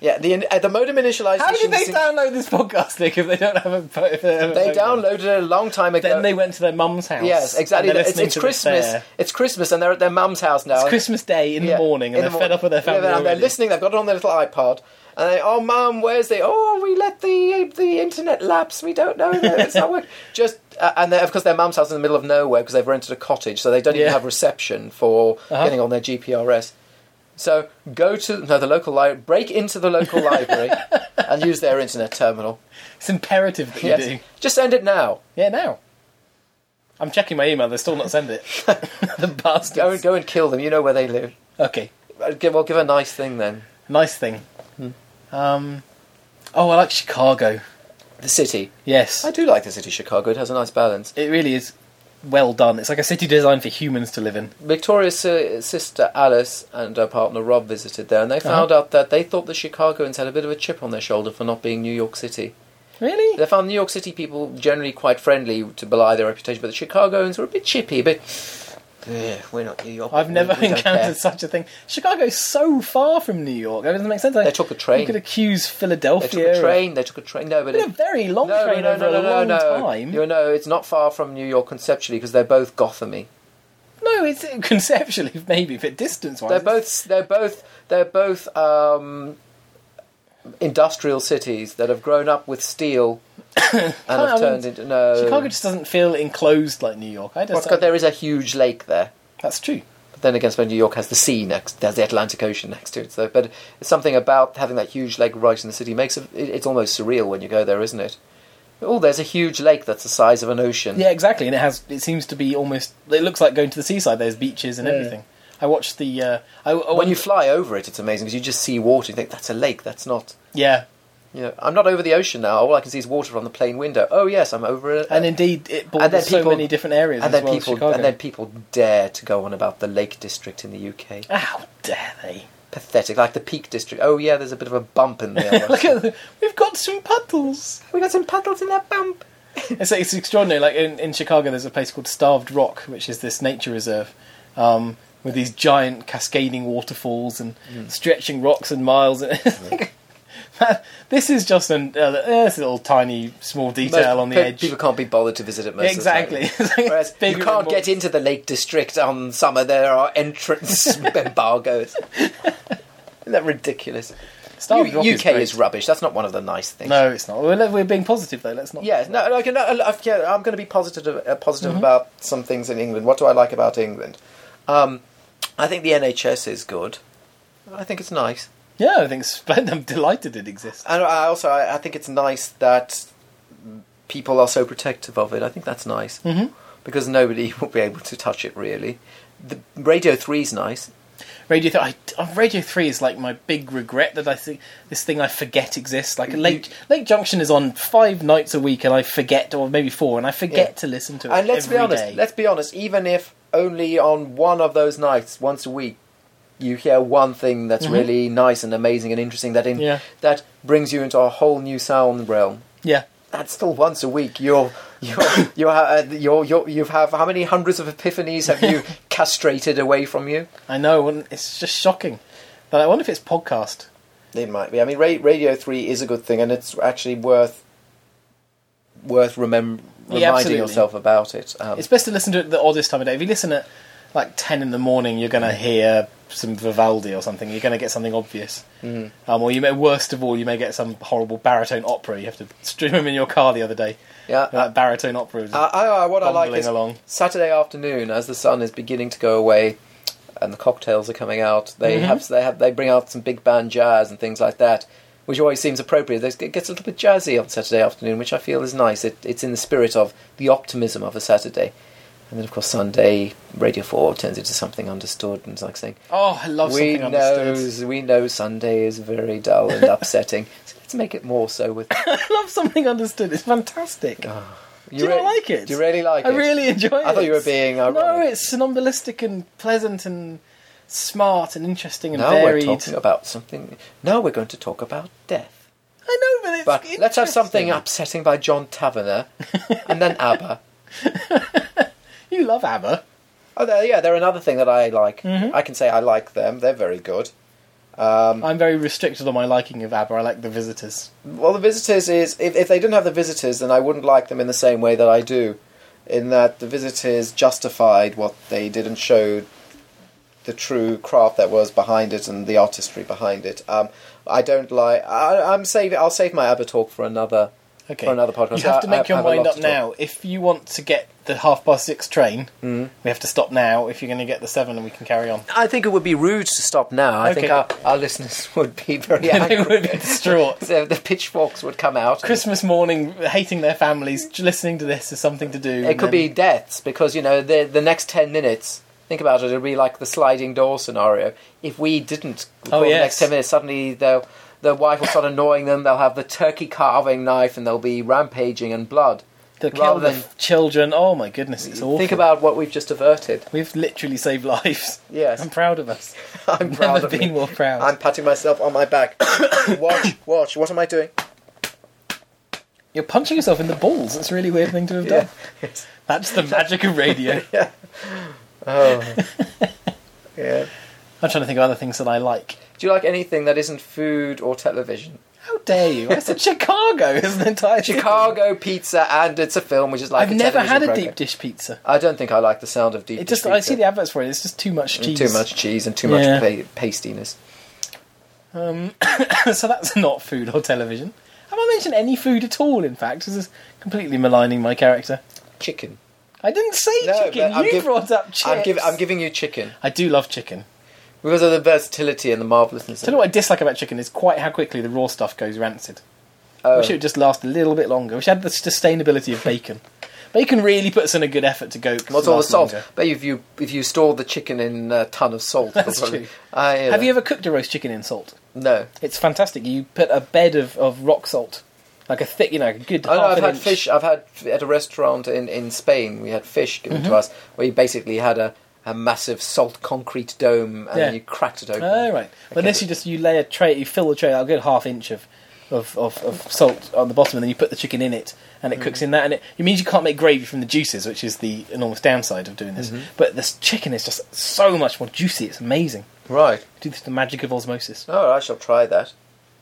B: Yeah, the, in- uh, the modem initialization.
A: How did they download this podcast, Nick? If they don't have a, if they, don't have a phone?
B: They downloaded it a long time ago.
A: Then they went to their mum's house.
B: Yes, exactly.
A: and they're
B: It's,
A: listening
B: it's
A: to this
B: Christmas.
A: there.
B: It's Christmas, and they're at their mum's house now.
A: It's Christmas Day in
B: Yeah,
A: the morning, and
B: in the
A: they're fed
B: morning.
A: up with their family.
B: Yeah, they're, they're
A: already.
B: listening. They've got it on their little iPod, and they, oh, mum, where's the? Oh, we let the the internet lapse. We don't know. It's not working. Just uh, and they're, of course their mum's house is in the middle of nowhere because they've rented a cottage, so they don't
A: Yeah.
B: even have reception for
A: Uh-huh.
B: getting on their GPRS. So go to no the local library, break into the local library, and use their internet terminal.
A: It's imperative that you
B: Yes,
A: do.
B: just send it now.
A: Yeah, now. I'm checking my email. They're still not sent it. the
B: Go and
A: bastards.
B: go and kill them. You know where they live.
A: Okay,
B: Uh, give- Well, give a nice thing then.
A: nice thing. Um, oh, I like Chicago.
B: The city.
A: Yes,
B: I do like the city of Chicago. It has a nice balance.
A: it really is well done. It's like a city designed for humans to live in.
B: Victoria's uh, sister Alice and her partner Rob visited there, and
A: Uh-huh.
B: they found out that they thought the Chicagoans had a bit of a chip on their shoulder for not being New York City.
A: Really?
B: They found New York City people generally quite friendly to belie their reputation, but the Chicagoans were a bit chippy, a bit. "Yeah, we're not New York.
A: I've
B: we-
A: never
B: we don't care."
A: encountered such a thing. Chicago's so far from New York. It doesn't make sense. Like,
B: They took a train.
A: You could accuse
B: They
A: Philadelphia.
B: took a train. They took a train. No, but
A: It's
B: it,
A: been a very long
B: no,
A: train
B: no,
A: over
B: no, no,
A: a
B: no,
A: long
B: no.
A: time.
B: You know, it's not far from New York conceptually because they're both Gothamy.
A: No, it's conceptually maybe, but distance-wise,
B: They're both they're both they're both um, industrial cities that have grown up with steel and
A: I mean,
B: have turned into no.
A: Chicago just doesn't feel enclosed like New York. I
B: uh, Well,
A: just
B: it's got- there is a huge lake there.
A: That's true.
B: But then again, New York has the sea next, there's the Atlantic Ocean next to it. So, but it's something about having that huge lake right in the city makes it, it- it's almost surreal when you go there, isn't it? Oh, there's a huge lake that's the size of an ocean.
A: Yeah, exactly. And it has. It seems to be almost. It looks like going to the seaside. There's beaches and everything. I watched the. Uh, I, I
B: When you fly over it, it's amazing because you just see water. You think that's a lake. That's not.
A: yeah,
B: You know, I'm not over the ocean now. All I can see is water from the plane window. Oh yes, I'm over it.
A: and indeed it borders so
B: Uh, people-
A: many different areas.
B: and
A: as
B: then
A: well as
B: people
A: Chicago.
B: and then people dare to go on about the Lake District in the UK.
A: how dare they?
B: Pathetic, like the Peak District. Oh yeah, there's a bit of a bump in there.
A: Look at the, we've got some puddles.
B: we got some puddles in that bump.
A: It's, it's extraordinary. Like in, in Chicago, there's a place called Starved Rock, which is this nature reserve um, with these giant cascading waterfalls and
B: Hmm.
A: stretching rocks and miles. And this is just an uh, this little tiny small detail
B: Most
A: on the
B: pe-
A: edge.
B: People can't be bothered to visit it most
A: Exactly.
B: of the
A: It's
B: time.
A: like it's
B: Whereas
A: bigger
B: you can't
A: and
B: get
A: more-
B: into the Lake District on summer. There are entrance embargoes. Isn't that ridiculous?
A: Starved
B: U-
A: Rock
B: UK
A: is, great.
B: is rubbish. That's not one of the nice things.
A: No, it's not. We're, we're being positive though. Let's not.
B: Yes, no, like, no, I- I- yeah, I'm going to be positive, uh, positive about some things in England. What do I like about England? Um, I think the NHS is good. I think it's nice,
A: Yeah, I think it's splendid. I'm delighted it exists.
B: and I also I, I think it's nice that people are so protective of it. I think that's nice
A: Mhm.
B: because nobody will be able to touch it really. The Radio Three's nice.
A: Radio Three, I, uh, Radio Three is like my big regret that I think this thing I forget exists. Like Lake Lake Junction is on five nights a week, and I forget, or maybe four, and I forget
B: Yeah.
A: to listen to it.
B: And let's be
A: every
B: honest.
A: day.
B: Let's be honest. Even if only on one of those nights, once a week, you hear one thing that's really nice and amazing and interesting that in,
A: Mm-hmm. Yeah.
B: that brings you into a whole new sound realm.
A: yeah,
B: That's still once a week. You're You, you, ha- uh, you're, you're, you've have how many hundreds of epiphanies have you castrated away from you?
A: I know, and it's just shocking. But I wonder if it's podcast.
B: It might be. I mean, ra- Radio Three is a good thing, and it's actually worth worth remem- reminding
A: absolutely.
B: yourself about it. Um,
A: It's best to listen to it at the oddest time of day. If you listen at like 10 in the morning, you're going to hear some Vivaldi or something. You're going to get something obvious. Mm.
B: Mm-hmm.
A: Um, or you may, worst of all, you may get some horrible baritone opera. You have to stream them in your car the other day.
B: yeah,
A: That baritone opera. was-
B: Uh, I, I, I- what I like
A: Bumbling
B: is
A: along.
B: Saturday afternoon, as the sun is beginning to go away, and the cocktails are coming out. They
A: Mm-hmm.
B: have they have they bring out some big band jazz and things like that, which always seems appropriate. There's- It gets a little bit jazzy on Saturday afternoon, which I feel is nice. It, it's in the spirit of the optimism of a Saturday. And then, of course, Sunday Radio Four turns into something understood, and it's like saying,
A: oh, I love
B: "We
A: something understood.
B: knows, we know Sunday is very dull and upsetting. So let's make it more so." With
A: I love something understood. It's fantastic.
B: you
A: Do you not
B: re-
A: like it?
B: Do you really like
A: I
B: it?
A: really enjoy it.
B: Oh, I thought you were being ironic.
A: No, it's somnambulistic and pleasant and smart and interesting and
B: Now
A: varied.
B: we're talking about something. Now we're going to talk about death.
A: I know, but it's
B: But let's have something
A: interesting.
B: upsetting by John Taverner, and then ABBA.
A: You love ABBA.
B: Oh, they're, yeah, they're another thing that I like. I can say I like them. They're very good.
A: I'm very restricted on my liking of ABBA. I like the visitors.
B: Well, the visitors is if, if they didn't have the visitors, then I wouldn't like them in the same way that I do. In that the visitors justified what they did and showed the true craft that was behind it and the artistry behind it. Um, I don't like. I, I'm save. I'll save my ABBA talk for another.
A: Okay.
B: For another podcast.
A: You have to
B: I- I-
A: make
B: I
A: your
B: have a
A: mind
B: lot
A: up
B: to talk.
A: now. If you want to get the half past six train,
B: Hmm.
A: we have to stop now. If you're going to get the seven, and we can carry on.
B: I think it would be rude to stop now. I
A: Okay.
B: think our, our listeners would be very
A: they
B: angry.
A: would be distraught.
B: so the pitchforks would come out.
A: Christmas morning, hating their families, listening to this is something to do.
B: it could be deaths because you know the the next ten minutes. Think about it. It'd be like the sliding door scenario. If we didn't record the
A: Oh, yes.
B: next ten minutes, suddenly the the wife will start annoying them. They'll have the turkey carving knife and they'll be rampaging and blood.
A: to kill
B: rather
A: the
B: than-
A: children. Oh my goodness, it's awful.
B: Think about what we've just averted.
A: We've literally saved lives.
B: Yes.
A: I'm proud of us.
B: I'm
A: Never
B: proud of
A: been
B: me.
A: more proud.
B: I'm patting myself on my back. watch, watch. What am I doing?
A: You're punching yourself in the balls. That's a really weird thing to have done.
B: Yes.
A: That's the magic of radio. Oh.
B: Yeah.
A: I'm trying to think of other things that I like.
B: Do you like anything that isn't food or television?
A: How dare you? I said Chicago is an entire
B: Chicago pizza, and it's a film which is like.
A: I've never had a
B: television
A: deep
B: program.
A: dish pizza.
B: I don't think I like the sound of deep.
A: It
B: dish
A: just I
B: pizza.
A: see the adverts for it. It's just too much cheese.
B: Too much cheese and too
A: Yeah.
B: much pa- pastiness.
A: Um, so that's not food or television. Have I mentioned any food at all? In fact, this is completely maligning my character.
B: Chicken.
A: I didn't say chicken.
B: but I'm
A: You
B: giv-
A: brought up chips.
B: I'm, giv- I'm giving you chicken
A: I do love chicken.
B: because of the versatility and the marvelousness.
A: Tell you what I dislike about chicken is quite how quickly the raw stuff goes rancid. I
B: Oh.
A: wish it would just last a little bit longer. I wish it had the sustainability of bacon. bacon really puts in a good effort to go.
B: What's all the salt?
A: Longer.
B: But if you if you store the chicken in a ton of salt,
A: That's
B: it'll probably-
A: true.
B: I,
A: Have you ever cooked a roast chicken in salt?
B: No.
A: It's fantastic. You put a bed of, of rock salt, like a thick, you know, a good
B: I know,
A: half
B: I've
A: an
B: had
A: inch.
B: fish. I've had at a restaurant in, in Spain. We had fish given
A: Mm-hmm.
B: to us, where you basically had a, a massive salt concrete dome, and
A: Yeah.
B: you cracked it open.
A: Oh right. But
B: Okay.
A: unless you just you lay a tray, you fill the tray like a good half inch of, of, of, of salt on the bottom, and then you put the chicken in it, and it
B: Mm.
A: cooks in that, and it, it means you can't make gravy from the juices, which is the enormous downside of doing this.
B: Mm-hmm.
A: But this chicken is just so much more juicy. It's amazing.
B: Right.
A: Do this the magic of osmosis.
B: Oh, I shall try that.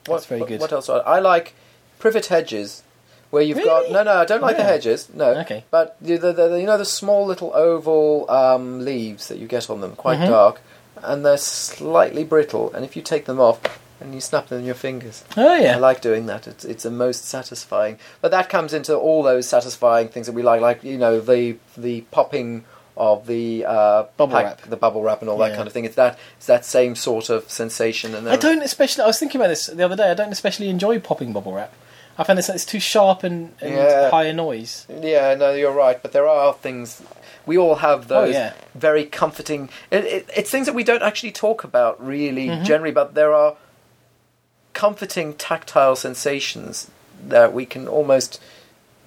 B: What,
A: That's very
B: what-
A: good.
B: What else? Are, I like privet hedges, where you've got
A: Really? Oh,
B: no, no. I don't like the
A: Yeah.
B: hedges. No.
A: Okay.
B: But the, the, the, you know the small little oval um, leaves that you get on them, quite
A: Mm-hmm.
B: dark, and they're slightly brittle. And if you take them off and you snap them in your fingers,
A: Oh yeah.
B: I like doing that. It's it's the most satisfying. But that comes into all those satisfying things that we like, like you know the the popping of the uh,
A: Bubble wrap.
B: the bubble wrap, and all that
A: Yeah.
B: kind of thing. It's that it's that same sort of sensation. And
A: I don't especially. I was thinking about this the other day. I don't especially enjoy popping bubble wrap. I find this it's too sharp and, and
B: Yeah.
A: high a noise.
B: Yeah, no, you're right. But there are things we all have
A: Oh,
B: those
A: yeah.
B: very comforting. It, it, it's things that we don't actually talk about really
C: Mm-hmm.
B: generally, but there are comforting tactile sensations that we can almost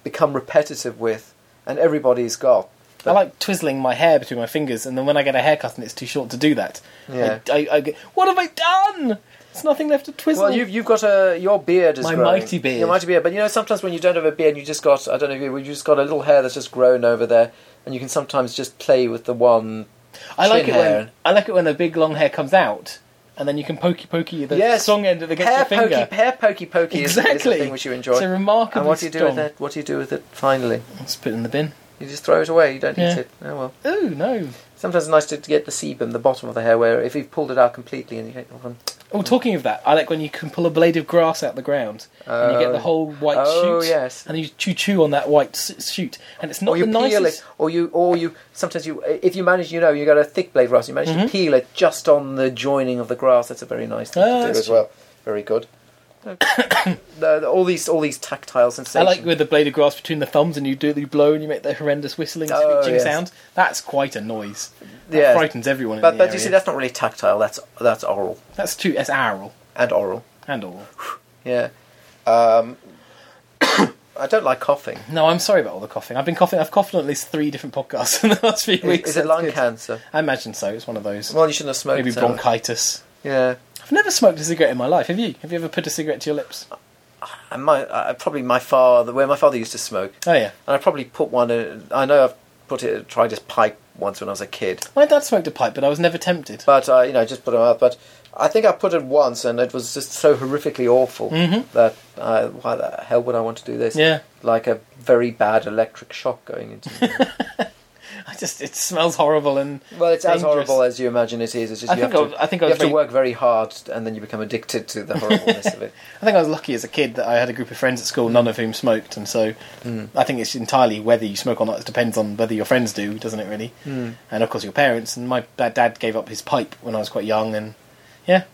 B: become repetitive with, and everybody's got.
A: I like twizzling my hair between my fingers, and then when I get a haircut and it's too short to do that,
B: Yeah.
A: I, I, I get, what have I done? There's nothing left to twizzle.
B: Well, you've, you've got a your beard is
C: My
B: growing.
C: mighty beard.
B: Your mighty beard, but you know sometimes when you don't have a beard, you just got I don't know if you you just got a little hair that's just grown over there, and you can sometimes just play with the one.
A: I like
B: chin
A: it when
B: hair.
A: I like it when a big long hair comes out, and then you can pokey pokey the
B: Yes.
A: strong end of it against
B: hair
A: your finger.
B: pokey, hair pokey pokey is- is, the
A: Exactly.
B: thing which you enjoy.
A: It's a remarkable
B: and what do you do
A: strong.
B: with it? What do you do with it finally?
A: Just put it in the bin.
B: You just throw it away. You don't
A: Yeah.
B: eat it. Oh well.
A: Oh no!
B: Sometimes it's nice to, to get the sebum, the bottom of the hair, where if you've pulled it out completely and you get oh,
A: Oh, talking of that, I like when you can pull a blade of grass out the ground and you get
B: Oh.
A: the whole white
B: Oh,
A: shoot.
B: yes.
A: And you chew chew on that white s- shoot, and it's not
B: or you
A: the
B: peel
A: nicest.
B: it, or you, or you. Sometimes you, if you manage, you know, you got a thick blade grass. You manage
A: Mm-hmm.
B: to peel it just on the joining of the grass. That's a very nice thing
A: Ah,
B: to do
A: that's
B: as well. Very good. No, all these, all these tactile
A: I
B: sensations.
A: like with the blade of grass between the thumbs, and you do you blow and you make the horrendous whistling,
B: Oh,
A: screeching
B: yes.
A: sound. That's quite a noise. That
B: Yes.
A: frightens everyone. in
B: but,
A: the
B: but you
A: area.
B: see, that's not really tactile. That's that's oral
A: that's too. That's aural
B: and oral.
A: and oral.
B: Yeah. Um, I don't like coughing.
A: No, I'm sorry about all the coughing. I've been coughing. I've coughed on at least three different podcasts in the last few
B: Is,
A: weeks.
B: is it lung cancer?
A: I imagine so. It's one of those.
B: Well, uh, you shouldn't have smoked.
A: Maybe
B: so-
A: bronchitis.
B: Yeah.
A: I've never smoked a cigarette in my life. Have you? Have you ever put a cigarette to your lips?
B: And my, uh, probably my father, where my father used to smoke,
A: Oh yeah.
B: and I probably put one. In, I know I've put it, tried his pipe once when I was a kid,
A: My dad smoked a pipe, but I was never tempted.
B: but uh, you know, just put it out. But I think I put it once, and it was just so horrifically awful that uh, why the hell would I want to do this?
A: Mm-hmm. Yeah.
B: like a very bad electric shock going into. me.
A: I just it smells horrible and
B: well, it's as
A: dangerous.
B: horrible as you imagine it is. It's just
A: I
B: you
A: think I
B: have
A: was-
B: to,
A: I think I
B: you
A: was
B: have
A: very-
B: to work very hard, and then you become addicted to the horribleness of it.
A: I think I was lucky as a kid that I had a group of friends at school, none of whom smoked, and so
B: Hmm.
A: I think it's entirely whether you smoke or not. It depends on whether your friends do, doesn't it? Really,
B: Hmm.
A: mm. and of course your parents. And my dad, dad gave up his pipe when I was quite young, and yeah,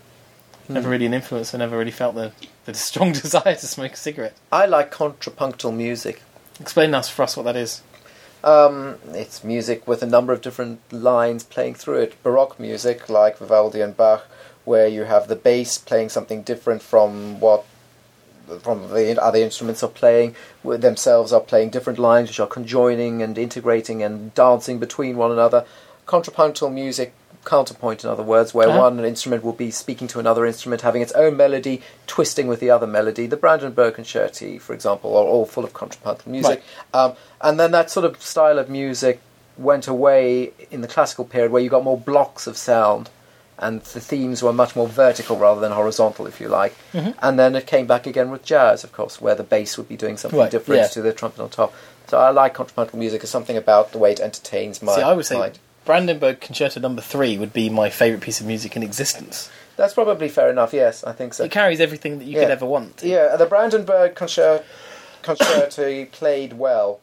B: Hmm.
A: never really an influence. I never really felt the the strong desire to smoke a cigarette.
B: I like contrapunctal music.
A: Explain us for us what that is.
B: Um, it's music with a number of different lines playing through it. Baroque music, like Vivaldi and Bach, where you have the bass playing something different from what from the other instruments are playing. where Themselves are playing different lines, which are conjoining and integrating and dancing between one another. Contrapuntal music, counterpoint, in other words, where
A: Ah.
B: one instrument will be speaking to another instrument, having its own melody, twisting with the other melody. The Brandenburg Concerti, for example, are all full of contrapuntal music music. Um, and then that sort of style of music went away in the classical period where you got more blocks of sound and the themes were much more vertical rather than horizontal, if you like.
A: Mm-hmm.
B: And then it came back again with jazz, of course, where the bass would be doing something
A: Right,
B: different
A: yeah.
B: to the trumpet on top. So I like contrapuntal music. There's something about the way it entertains my
A: See, I would say
B: mind.
A: Brandenburg Concerto Number Three would be my favourite piece of music in existence.
B: That's probably fair enough, yes, I think so.
A: It carries everything that you could
B: Yeah.
A: ever want.
B: Yeah, the Brandenburg concert, concerto played well.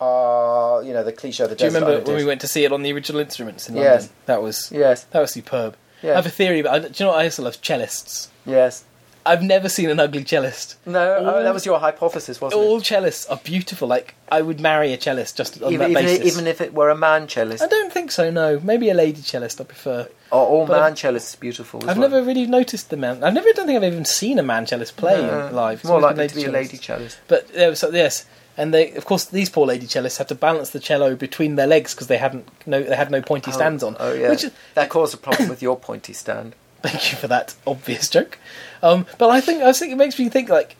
B: Uh, you know, the cliche of the
A: Do you
B: desert
A: remember
B: island
A: when
B: is-
A: we went to see it on the original instruments in
B: Yes.
A: London? That was
B: Yes,
A: that was superb.
B: Yeah.
A: I have a theory, but I, do you know what? I also love cellists.
B: yes.
A: I've never seen an ugly cellist.
B: No, oh,
A: All-
B: that was your hypothesis, wasn't
A: All
B: it?
A: cellists are beautiful. Like I would marry a cellist just on
B: Even,
A: that
B: even,
A: basis.
B: even if it were a man cellist,
A: I don't think so. No, maybe a lady cellist. I prefer.
B: or all
A: but
B: man
A: I've-
B: cellists beautiful. as
A: I've
B: well.
A: never really noticed the man. I've never. I don't think I've even seen a man cellist play
B: No,
A: live. It's
B: More
A: always been
B: likely to be a lady
A: cellists.
B: cellist.
A: But there was so- yes, and they of course these poor lady cellists had to balance the cello between their legs because they hadn't no they had no pointy stands on.
B: Oh yeah,
A: which is,
B: that caused a problem with your pointy stand.
A: Thank you for that obvious joke. Um, but I think I think it makes me think like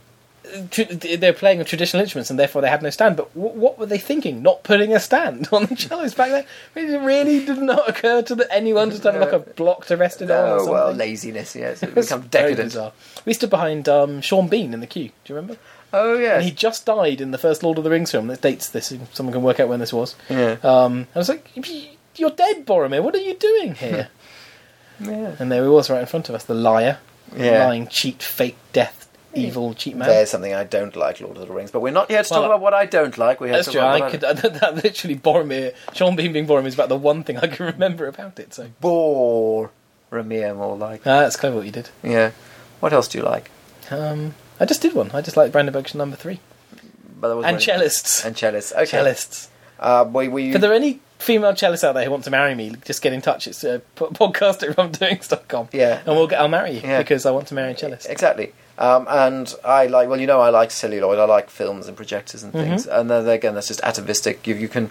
A: tr they're playing on traditional instruments and therefore they had no stand. But w- what were they thinking? Not putting a stand on the cellos back there? It really did not occur to the, anyone just having like a blocked arrested arm or
B: No,
A: something.
B: Oh, well, laziness. Yes, it
A: It's
B: become
A: very
B: decadent.
A: bizarre. We stood behind um, Sean Bean in the queue. Do you remember?
B: Oh
A: And he
B: yes,
A: just died in the first Lord of the Rings film. That dates this. If someone can work out when this was.
B: Yeah.
A: Um, I was like, "You're dead, Boromir. What are you doing here?"
B: yeah.
A: And there he was, right in front of us, the liar,
B: Yeah.
A: lying, cheat, fake, death, evil, cheat man.
B: There's something I don't like, Lord of the Rings. But we're not here to talk
A: Well,
B: about what I don't like. We're here
A: That's
B: to
A: true.
B: talk about
A: I
B: what
A: could uh, that, that literally Boromir, Sean Bean being Boromir is about the one thing I can remember about it. So
B: bore Ramir more like.
A: ah, that's clever what you did.
B: Yeah. What else do you like?
A: Um, I just did one. I just like Brandenburg number three
B: But that was
A: and
B: really-
A: cellists.
B: And cellists. Okay.
A: Cellists.
B: Uh, we, we,
A: If there are any female cellists out there who want to marry me, just get in touch. It's uh, po- podcast at rumdoings.com.
B: Yeah.
A: and we'll get. I'll marry you
B: Yeah.
A: because I want to marry a cellist.
B: Exactly. Um, and I like, well, you know, I like
A: Mm-hmm.
B: celluloid. I like films and projectors and things. And then again, that's just atavistic. You, you can,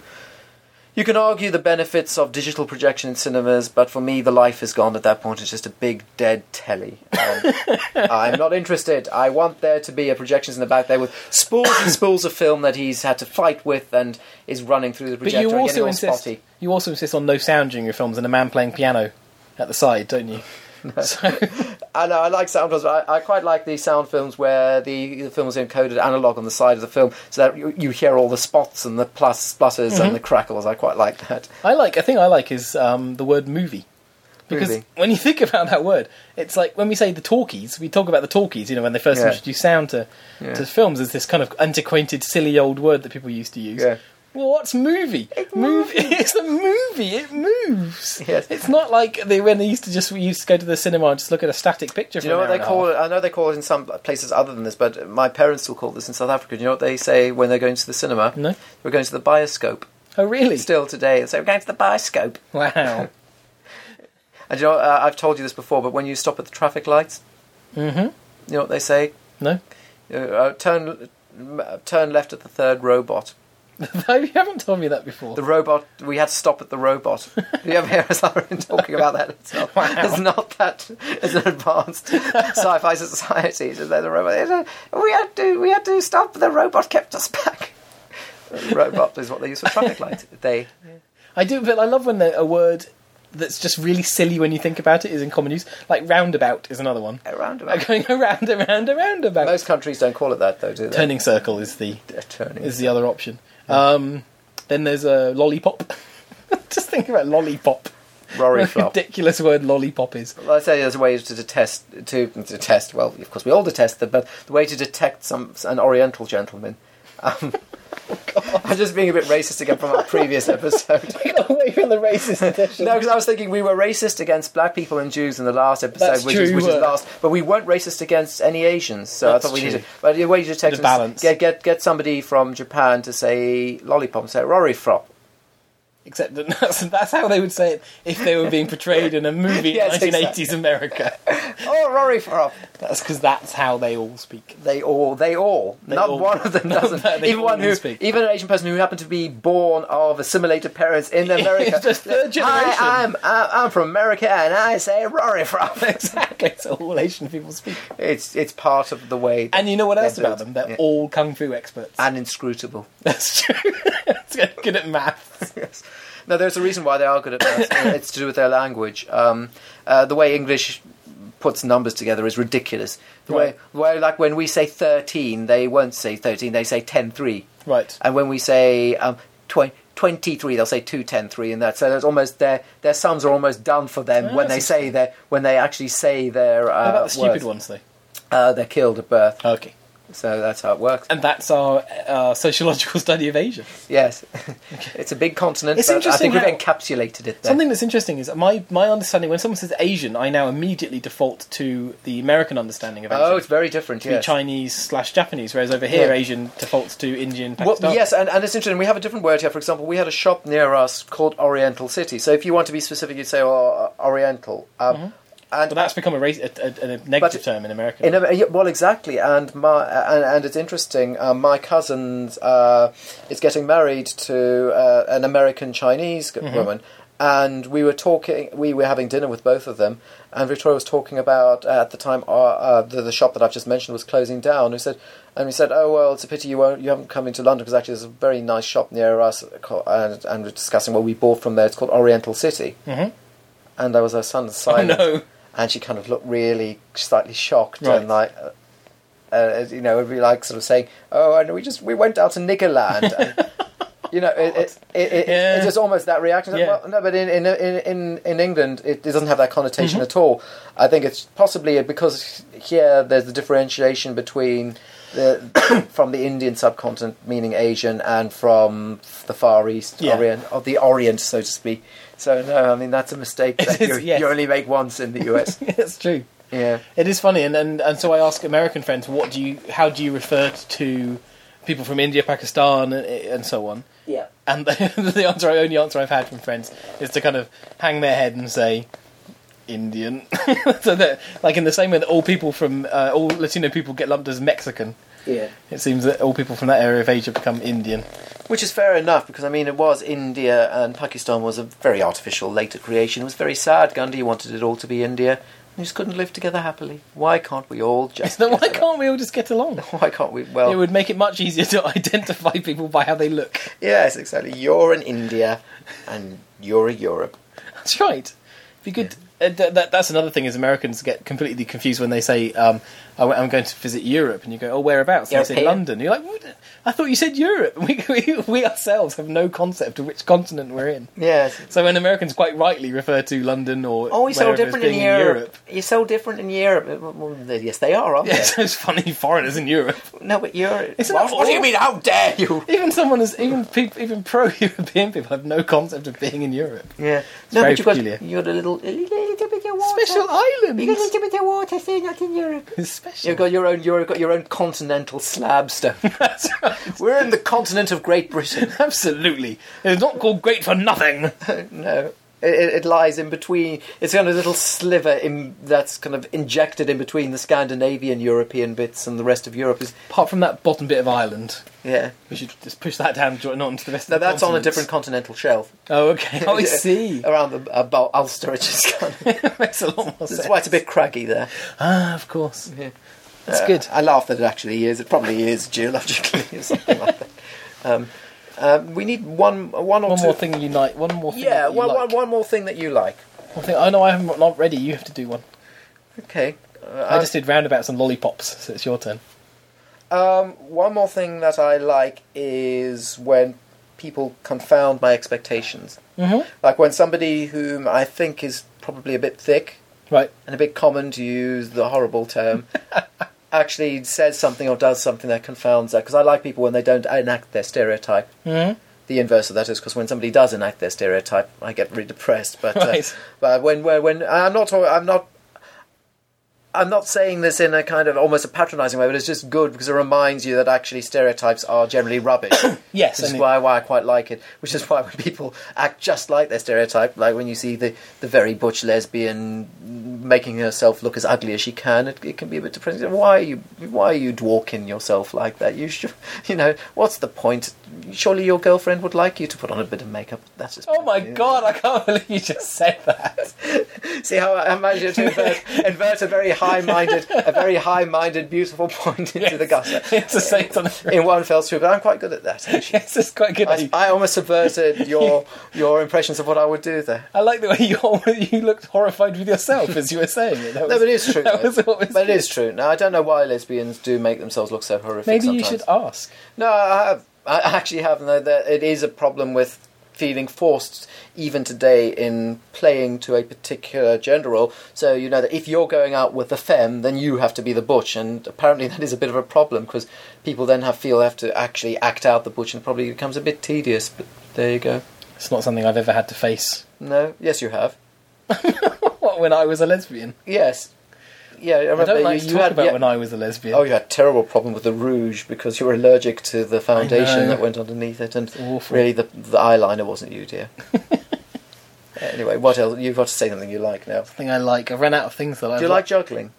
B: You can argue the benefits of digital projection in cinemas, but for me, the life is gone at that point. It's just a big dead telly. Um, I'm not interested. I want there to be a projections in the back there with spools and spools of film that he's had to fight with and is running through the
A: But
B: projector
A: you
B: and
A: also
B: getting all
A: insist.
B: spotty.
A: You also insist on no sound during your films and a man playing piano at the side, don't you? So,
B: I know, I like sound films, but I, I quite like the sound films where the, the film is encoded analog on the side of the film so that you, you hear all the spots and the plus splutters and the crackles. I quite like that.
A: I like. I think I like is um, the word movie. Because
B: Movie.
A: when you think about that word, it's like when we say the talkies, we talk about the talkies, you know, when they first
B: Yeah.
A: introduced sound to,
B: Yeah.
A: to films as this kind of antiquated, silly old word that people used to use.
B: Yeah.
A: Well, what's movie? Movie. It's a movie. It moves.
B: Yes.
A: It's not like they when they used to just we used to go to the cinema and just look at a static picture.
B: Do you know what they call it? I know they call it in some places other than this, but my parents still call this in South Africa. Do you know what they say when they're going to the cinema?
A: No.
B: We're going to the bioscope.
A: Oh, really?
B: Still today, they say, we're going to the bioscope.
A: Wow.
B: And do you know, uh, I've told you this before, but when you stop at the traffic lights,
A: Mhm.
B: you know what they say?
A: no,
B: Uh, uh, turn, uh, turn left at the third robot.
A: you haven't told me that before.
B: The robot, we had to stop at the robot. Do you ever hear us talking about that? It's not, it's not that, it's an advanced sci fi society. It's just that the robot, it's a- we, had to, we had to stop, the robot kept us back. The robot is what they use for traffic lights. They,
A: I do, but I love when the- a word that's just really silly when you think about it is in common use. Like roundabout is another one.
B: a
A: Like
B: roundabout.
A: going around, around, around about.
B: Most countries don't call it that, though, do they?
A: Turning circle is the
B: Uh, turning.
A: is the other option. Um, then there's a lollipop. just think about lollipop.
B: Rory
A: What a
B: flop.
A: ridiculous word lollipop is.
B: Well, I say there's ways to detest to detest. Well, of course we all detest them, but the way to detect some an Oriental gentleman. Um,
A: Oh,
B: I'm just being a bit racist again from our previous episode.
A: We got away from the racist edition.
B: No, because I was thinking we were racist against black people and Jews in the last episode,
A: That's
B: which,
A: true,
B: is,
A: we
B: which is
A: were.
B: last. But we weren't racist against any Asians, so
A: That's
B: I thought we
A: true.
B: needed. But the way to detect
A: Bit of
B: them is
A: balance.
B: get get get somebody from Japan to say lollipop and say Rory flop.
A: Except that that's, that's how they would say it if they were being portrayed in a movie
B: Yes,
A: in 1980s America.
B: Oh, Rory flop.
A: That's because that's how they all speak.
B: They all, they all, not
A: all-
B: one of them doesn't.
A: they
B: even one
A: all
B: who,
A: speak.
B: even an Asian person who happened to be born of assimilated parents in America.
A: It's just third generation.
B: I, I'm, uh, I'm from America, and I say Rory from.
A: Exactly, it's all Asian people speak.
B: it's it's part of the way.
A: And you know what
B: they're
A: else about
B: built.
A: them? They're
B: Yeah.
A: all kung fu experts.
B: and inscrutable.
A: That's true. it's good- good at maths.
B: yes. No, there's a reason why they are good at maths. it's to do with their language. Um, uh, the way English puts numbers together is ridiculous. The way,
A: Right.
B: the way, like when we say thirteen, they won't say thirteen; they say ten three.
A: Right.
B: And when we say um, twen- 23, they'll say 2, 10, 3, and that. So that's almost their their sums are almost done for them
A: Ah,
B: when they
A: that's
B: say their when they actually say their uh,
A: How about the stupid
B: words.
A: ones, though?
B: Uh, they're killed at birth.
A: Okay.
B: So that's how it works.
A: And that's our uh, sociological study of Asia.
B: Yes, it's a big continent.
A: It's
B: but I
A: interesting
B: think we've
A: how-
B: encapsulated it. There.
A: Something that's interesting is my, my understanding, when someone says Asian, I now immediately default to the American understanding of Asia.
B: Oh, it's very different.
A: to
B: Yes.
A: be Chinese slash Japanese, whereas over here,
B: Yeah.
A: Asian defaults to Indian,
B: Well,
A: Pakistani.
B: yes, and, and it's interesting. We have a different word here. For example, we had a shop near us called Oriental City. So if you want to be specific, you'd say oh, uh, Oriental. Um,
A: Mm-hmm.
B: And
A: But that's become a, race, a, a, a negative
B: But-
A: term in America.
B: In a, yeah, well, exactly, and my and, and it's interesting. Uh, my cousin's uh, is getting married to uh, an American Chinese g- woman, and we were talking. We were having dinner with both of them, and Victoria was talking about uh, at the time uh, uh, the, the shop that I've just mentioned was closing down. We said, and we said, oh well, it's a pity you won't you haven't come into London because actually there's a very nice shop near us, co- and, and we're discussing what we bought from there. It's called Oriental City,
A: Mhm.
B: and there was her son
A: oh,
B: silent
A: no.
B: and she kind of looked really slightly shocked
A: Right.
B: and like uh, uh, you know it'd be like sort of saying oh and we just we went out to niggerland and, you know it, it, it, it,
A: Yeah.
B: it's just almost that reaction
A: Yeah.
B: well, no but in in, in, in in england it, it doesn't have that connotation
A: Mm-hmm.
B: at all i think it's possibly because here there's the differentiation between the, from the Indian subcontinent, meaning Asian, and from the Far East,
A: Yeah.
B: Orient, of the Orient, so to speak. So no, I mean that's a mistake. That
A: is,
B: you,
A: yes.
B: you only make once in the US.
A: it's true.
B: Yeah.
A: It is funny, and, and, and so I ask American friends, what do you, how do you refer to people from India, Pakistan, and, and so on?
B: Yeah.
A: And the, the answer, I only answer I've had from friends, is to kind of hang their head and say, Indian. so that, like in the same way that all people from uh, all Latino people get lumped as Mexican.
D: Yeah.
A: It seems that all people from that area of Asia become Indian.
B: Which is fair enough because I mean it was India and Pakistan was a very artificial later creation. It was very sad. Gandhi wanted it all to be India. We just couldn't live together happily. Why can't we all just?
A: So why
B: get
A: can't we all just get along?
B: along? Why can't we? Well,
A: It would make it much easier to identify people by how they look.
B: yes, exactly. You're in India, and you're a Europe.
A: That's right. Be good. Uh, th- that, that's another thing is Americans get completely confused when they say um, I went- I'm going to visit Europe, and you go, "Oh, whereabouts?" And they say
B: European.
A: London. You're like, "What? "I thought you said Europe." We, we, we ourselves have no concept of which continent we're in.
B: Yes.
A: So when Americans quite rightly refer to London or
B: Oh, you're so
A: wherever as
B: different in
A: being
B: Europe. You're so different in Europe. Well, yes, they are, aren't
A: yeah, it's those funny foreigners in Europe.
B: they? No, but you're.
A: Isn't
B: What,
A: that
B: what do you
A: awful?
B: mean? How dare you?
A: Even someone as even peop even pro-European people have no concept of being in Europe.
B: Yeah. No,
A: very
B: but you got
A: peculiar.
B: you got a little a little bit of water.
A: Special
B: You got a
A: islands.
B: little bit of water, so you're not in Europe.
A: It's special.
B: You've got your own. You've got your own continental slab stuff.
A: That's right.
B: We're in the continent of Great Britain.
A: Absolutely. It's not called great for nothing.
B: no. It, it it lies in between. It's kind of a little sliver in, that's kind of injected in between the Scandinavian European bits and the rest of Europe. Is
A: Apart from that bottom bit of Ireland,
B: yeah.
A: we should just push that down, join on to the rest.
B: No,
A: of the
B: that's on a
A: continents.
B: different continental shelf.
A: Oh, okay. Oh, I
B: Yeah,
A: see.
B: Around the about Ulster, it's just kind of,
A: Makes a lot more sense.
B: that's why it's a bit craggy there.
A: Ah, of course.
B: Yeah.
A: That's
B: Uh,
A: good.
B: I laugh that it actually is. It probably is geologically or something like that. Um, um, we need one, one or
A: One
B: two.
A: more thing you like. One more thing.
B: Yeah,
A: that you
B: one,
A: like.
B: one, one more thing that you like.
A: One thing. I know I haven't not ready. You have to do one.
B: Okay. Uh,
A: I just did roundabouts and lollipops, so it's your turn.
B: Um, one more thing that I like is when people confound my expectations.
A: Mm-hmm.
B: Like when somebody whom I think is probably a bit thick
A: Right.
B: and a bit common to use the horrible term actually says something or does something that confounds that. Because I like people when they don't enact their stereotype.
A: Mm-hmm.
B: The inverse of that is because when somebody does enact their stereotype, I get really depressed. But uh,
A: Right.
B: but when when, when I'm not talking- I'm not I'm not saying this in a kind of almost a patronising way, but it's just good because it reminds you that actually stereotypes are generally rubbish.
A: Yes.
B: This is
A: and it-
B: why, why I quite like it, which is why when people act just like their stereotype, like when you see the, the very butch lesbian making herself look as ugly as she can, it, it can be a bit depressing. Why are you why are you dwarking yourself like that? You should, you know, what's the point? Surely your girlfriend would like you to put on a bit of makeup. That's just
A: Oh my god! I can't believe you just said that.
B: See how I managed to invert, invert a very high-minded, a very high-minded, beautiful point into the gutter
A: It's the same time.
B: in one fell swoop. But I'm quite good at that. Actually.
A: Yes, it's quite good.
B: I, I almost subverted your your impressions of what I would do there.
A: I like the way you all- you looked horrified with yourself as you were saying it. That
B: No,
A: was-
B: but it is true.
A: That was
B: though.
A: always
B: but it is true. Now I don't know why lesbians do make themselves look so horrific.
A: Maybe you
B: sometimes.
A: should ask.
B: No, I have. I actually have. No, that it is a problem with feeling forced even today in playing to a particular gender role. So you know that if you're going out with the femme, then you have to be the butch, and apparently that is a bit of a problem because people then have feel they have to actually act out the butch, and probably becomes a bit tedious. But there you go.
A: It's not something I've ever had to face.
B: No, yes, you have.
A: What when I was a lesbian?
B: Yes. Yeah, I,
A: I
B: remember
A: don't like
B: you,
A: to
B: you
A: talk
B: had,
A: about
B: yeah-
A: when I was a lesbian.
B: Oh, you had a terrible problem with the rouge because you were allergic to the
A: know.
B: foundation that went underneath it, and
A: awful.
B: really the, the eyeliner wasn't you, dear. Uh, anyway, what else? You've got to say something you like now.
A: Thing I like. I ran out of things that I
B: Do you like juggling?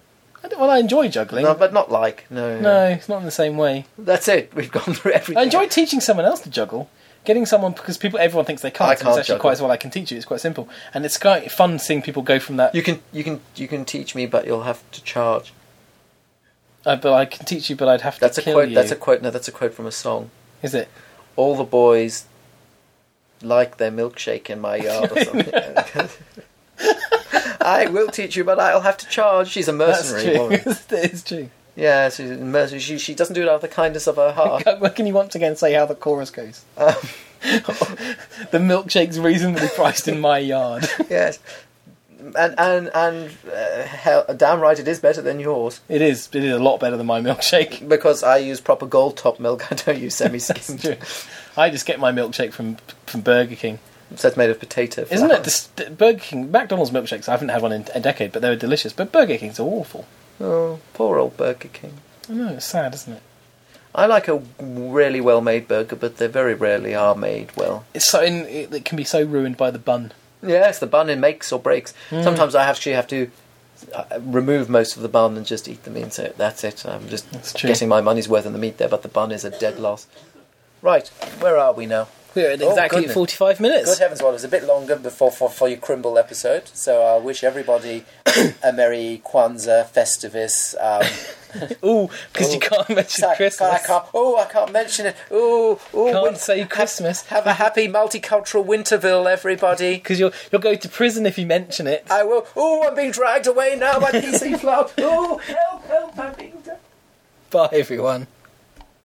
A: I don't, well, I enjoy juggling.
B: No, but not like. No,
A: no, it's not in the same way.
B: That's it. We've gone through everything.
A: I enjoy teaching someone else to juggle. Getting someone because people, everyone thinks they can't.
B: I
A: and
B: can't
A: it's actually
B: juggle.
A: quite well. I can teach you. It's quite simple, and it's quite fun seeing people go from that.
B: You can, you can, you can teach me, but you'll have to charge.
A: Uh, but I can teach you, but I'd have to
B: That's a
A: kill
B: quote.
A: you.
B: That's a quote. No, that's a quote from a song.
A: Is it?
B: All the boys like their milkshake in my yard or something. I will teach you, but I'll have to charge. She's a
A: That's
B: mercenary
A: true.
B: woman.
A: it's true.
B: Yeah, she's a mercenary. She, she doesn't do it out of the kindness of her heart.
A: What can you once again say how the chorus goes?
B: Um.
A: the milkshake's reasonably priced in my yard.
B: yes. And and and uh, hell, damn right, it is better than yours
A: It is. It is a lot better than my milkshake.
B: because I use proper gold top milk. I don't use
A: It's
B: semi-skimmed.
A: true. I just get my milkshake from from Burger King.
B: so it's made of potato.
A: Isn't
B: flour.
A: it dis- Burger King? McDonald's milkshakes. I haven't had one in a decade, but they were delicious. But Burger King's are awful.
B: Oh, poor old Burger King.
A: I know. It's sad, isn't it?
B: I like a really well-made burger, but they very rarely are made well.
A: It's so in, it, it can be so ruined by the bun. Hmm.
B: Yes, the bun it makes or breaks. Sometimes I actually have to uh, remove most of the bun and just eat the meat. So that's it. I'm just
A: That's true.
B: getting my money's worth in the meat there, but the bun is a dead loss. Right, where are we now?
A: We're at
B: Oh,
A: exactly
B: goodness.
A: 45
B: Good
A: minutes.
B: heavens, well, it was a bit longer before for, for your Crimble episode, so I wish everybody a merry Kwanzaa, Festivus. Um,
A: Ooh, because you can't mention
B: I,
A: Christmas.
B: I can't, oh, I can't mention it. Oh, oh,
A: Can't
B: win-
A: say
B: have-
A: Christmas.
B: Have, a happy multicultural Winterville, everybody.
A: Because you'll, you'll go to prison if you mention it.
B: I will. Oh, I'm being dragged away now by PC Flop. Oh, help, help, I'm being dragged.
A: Bye, everyone.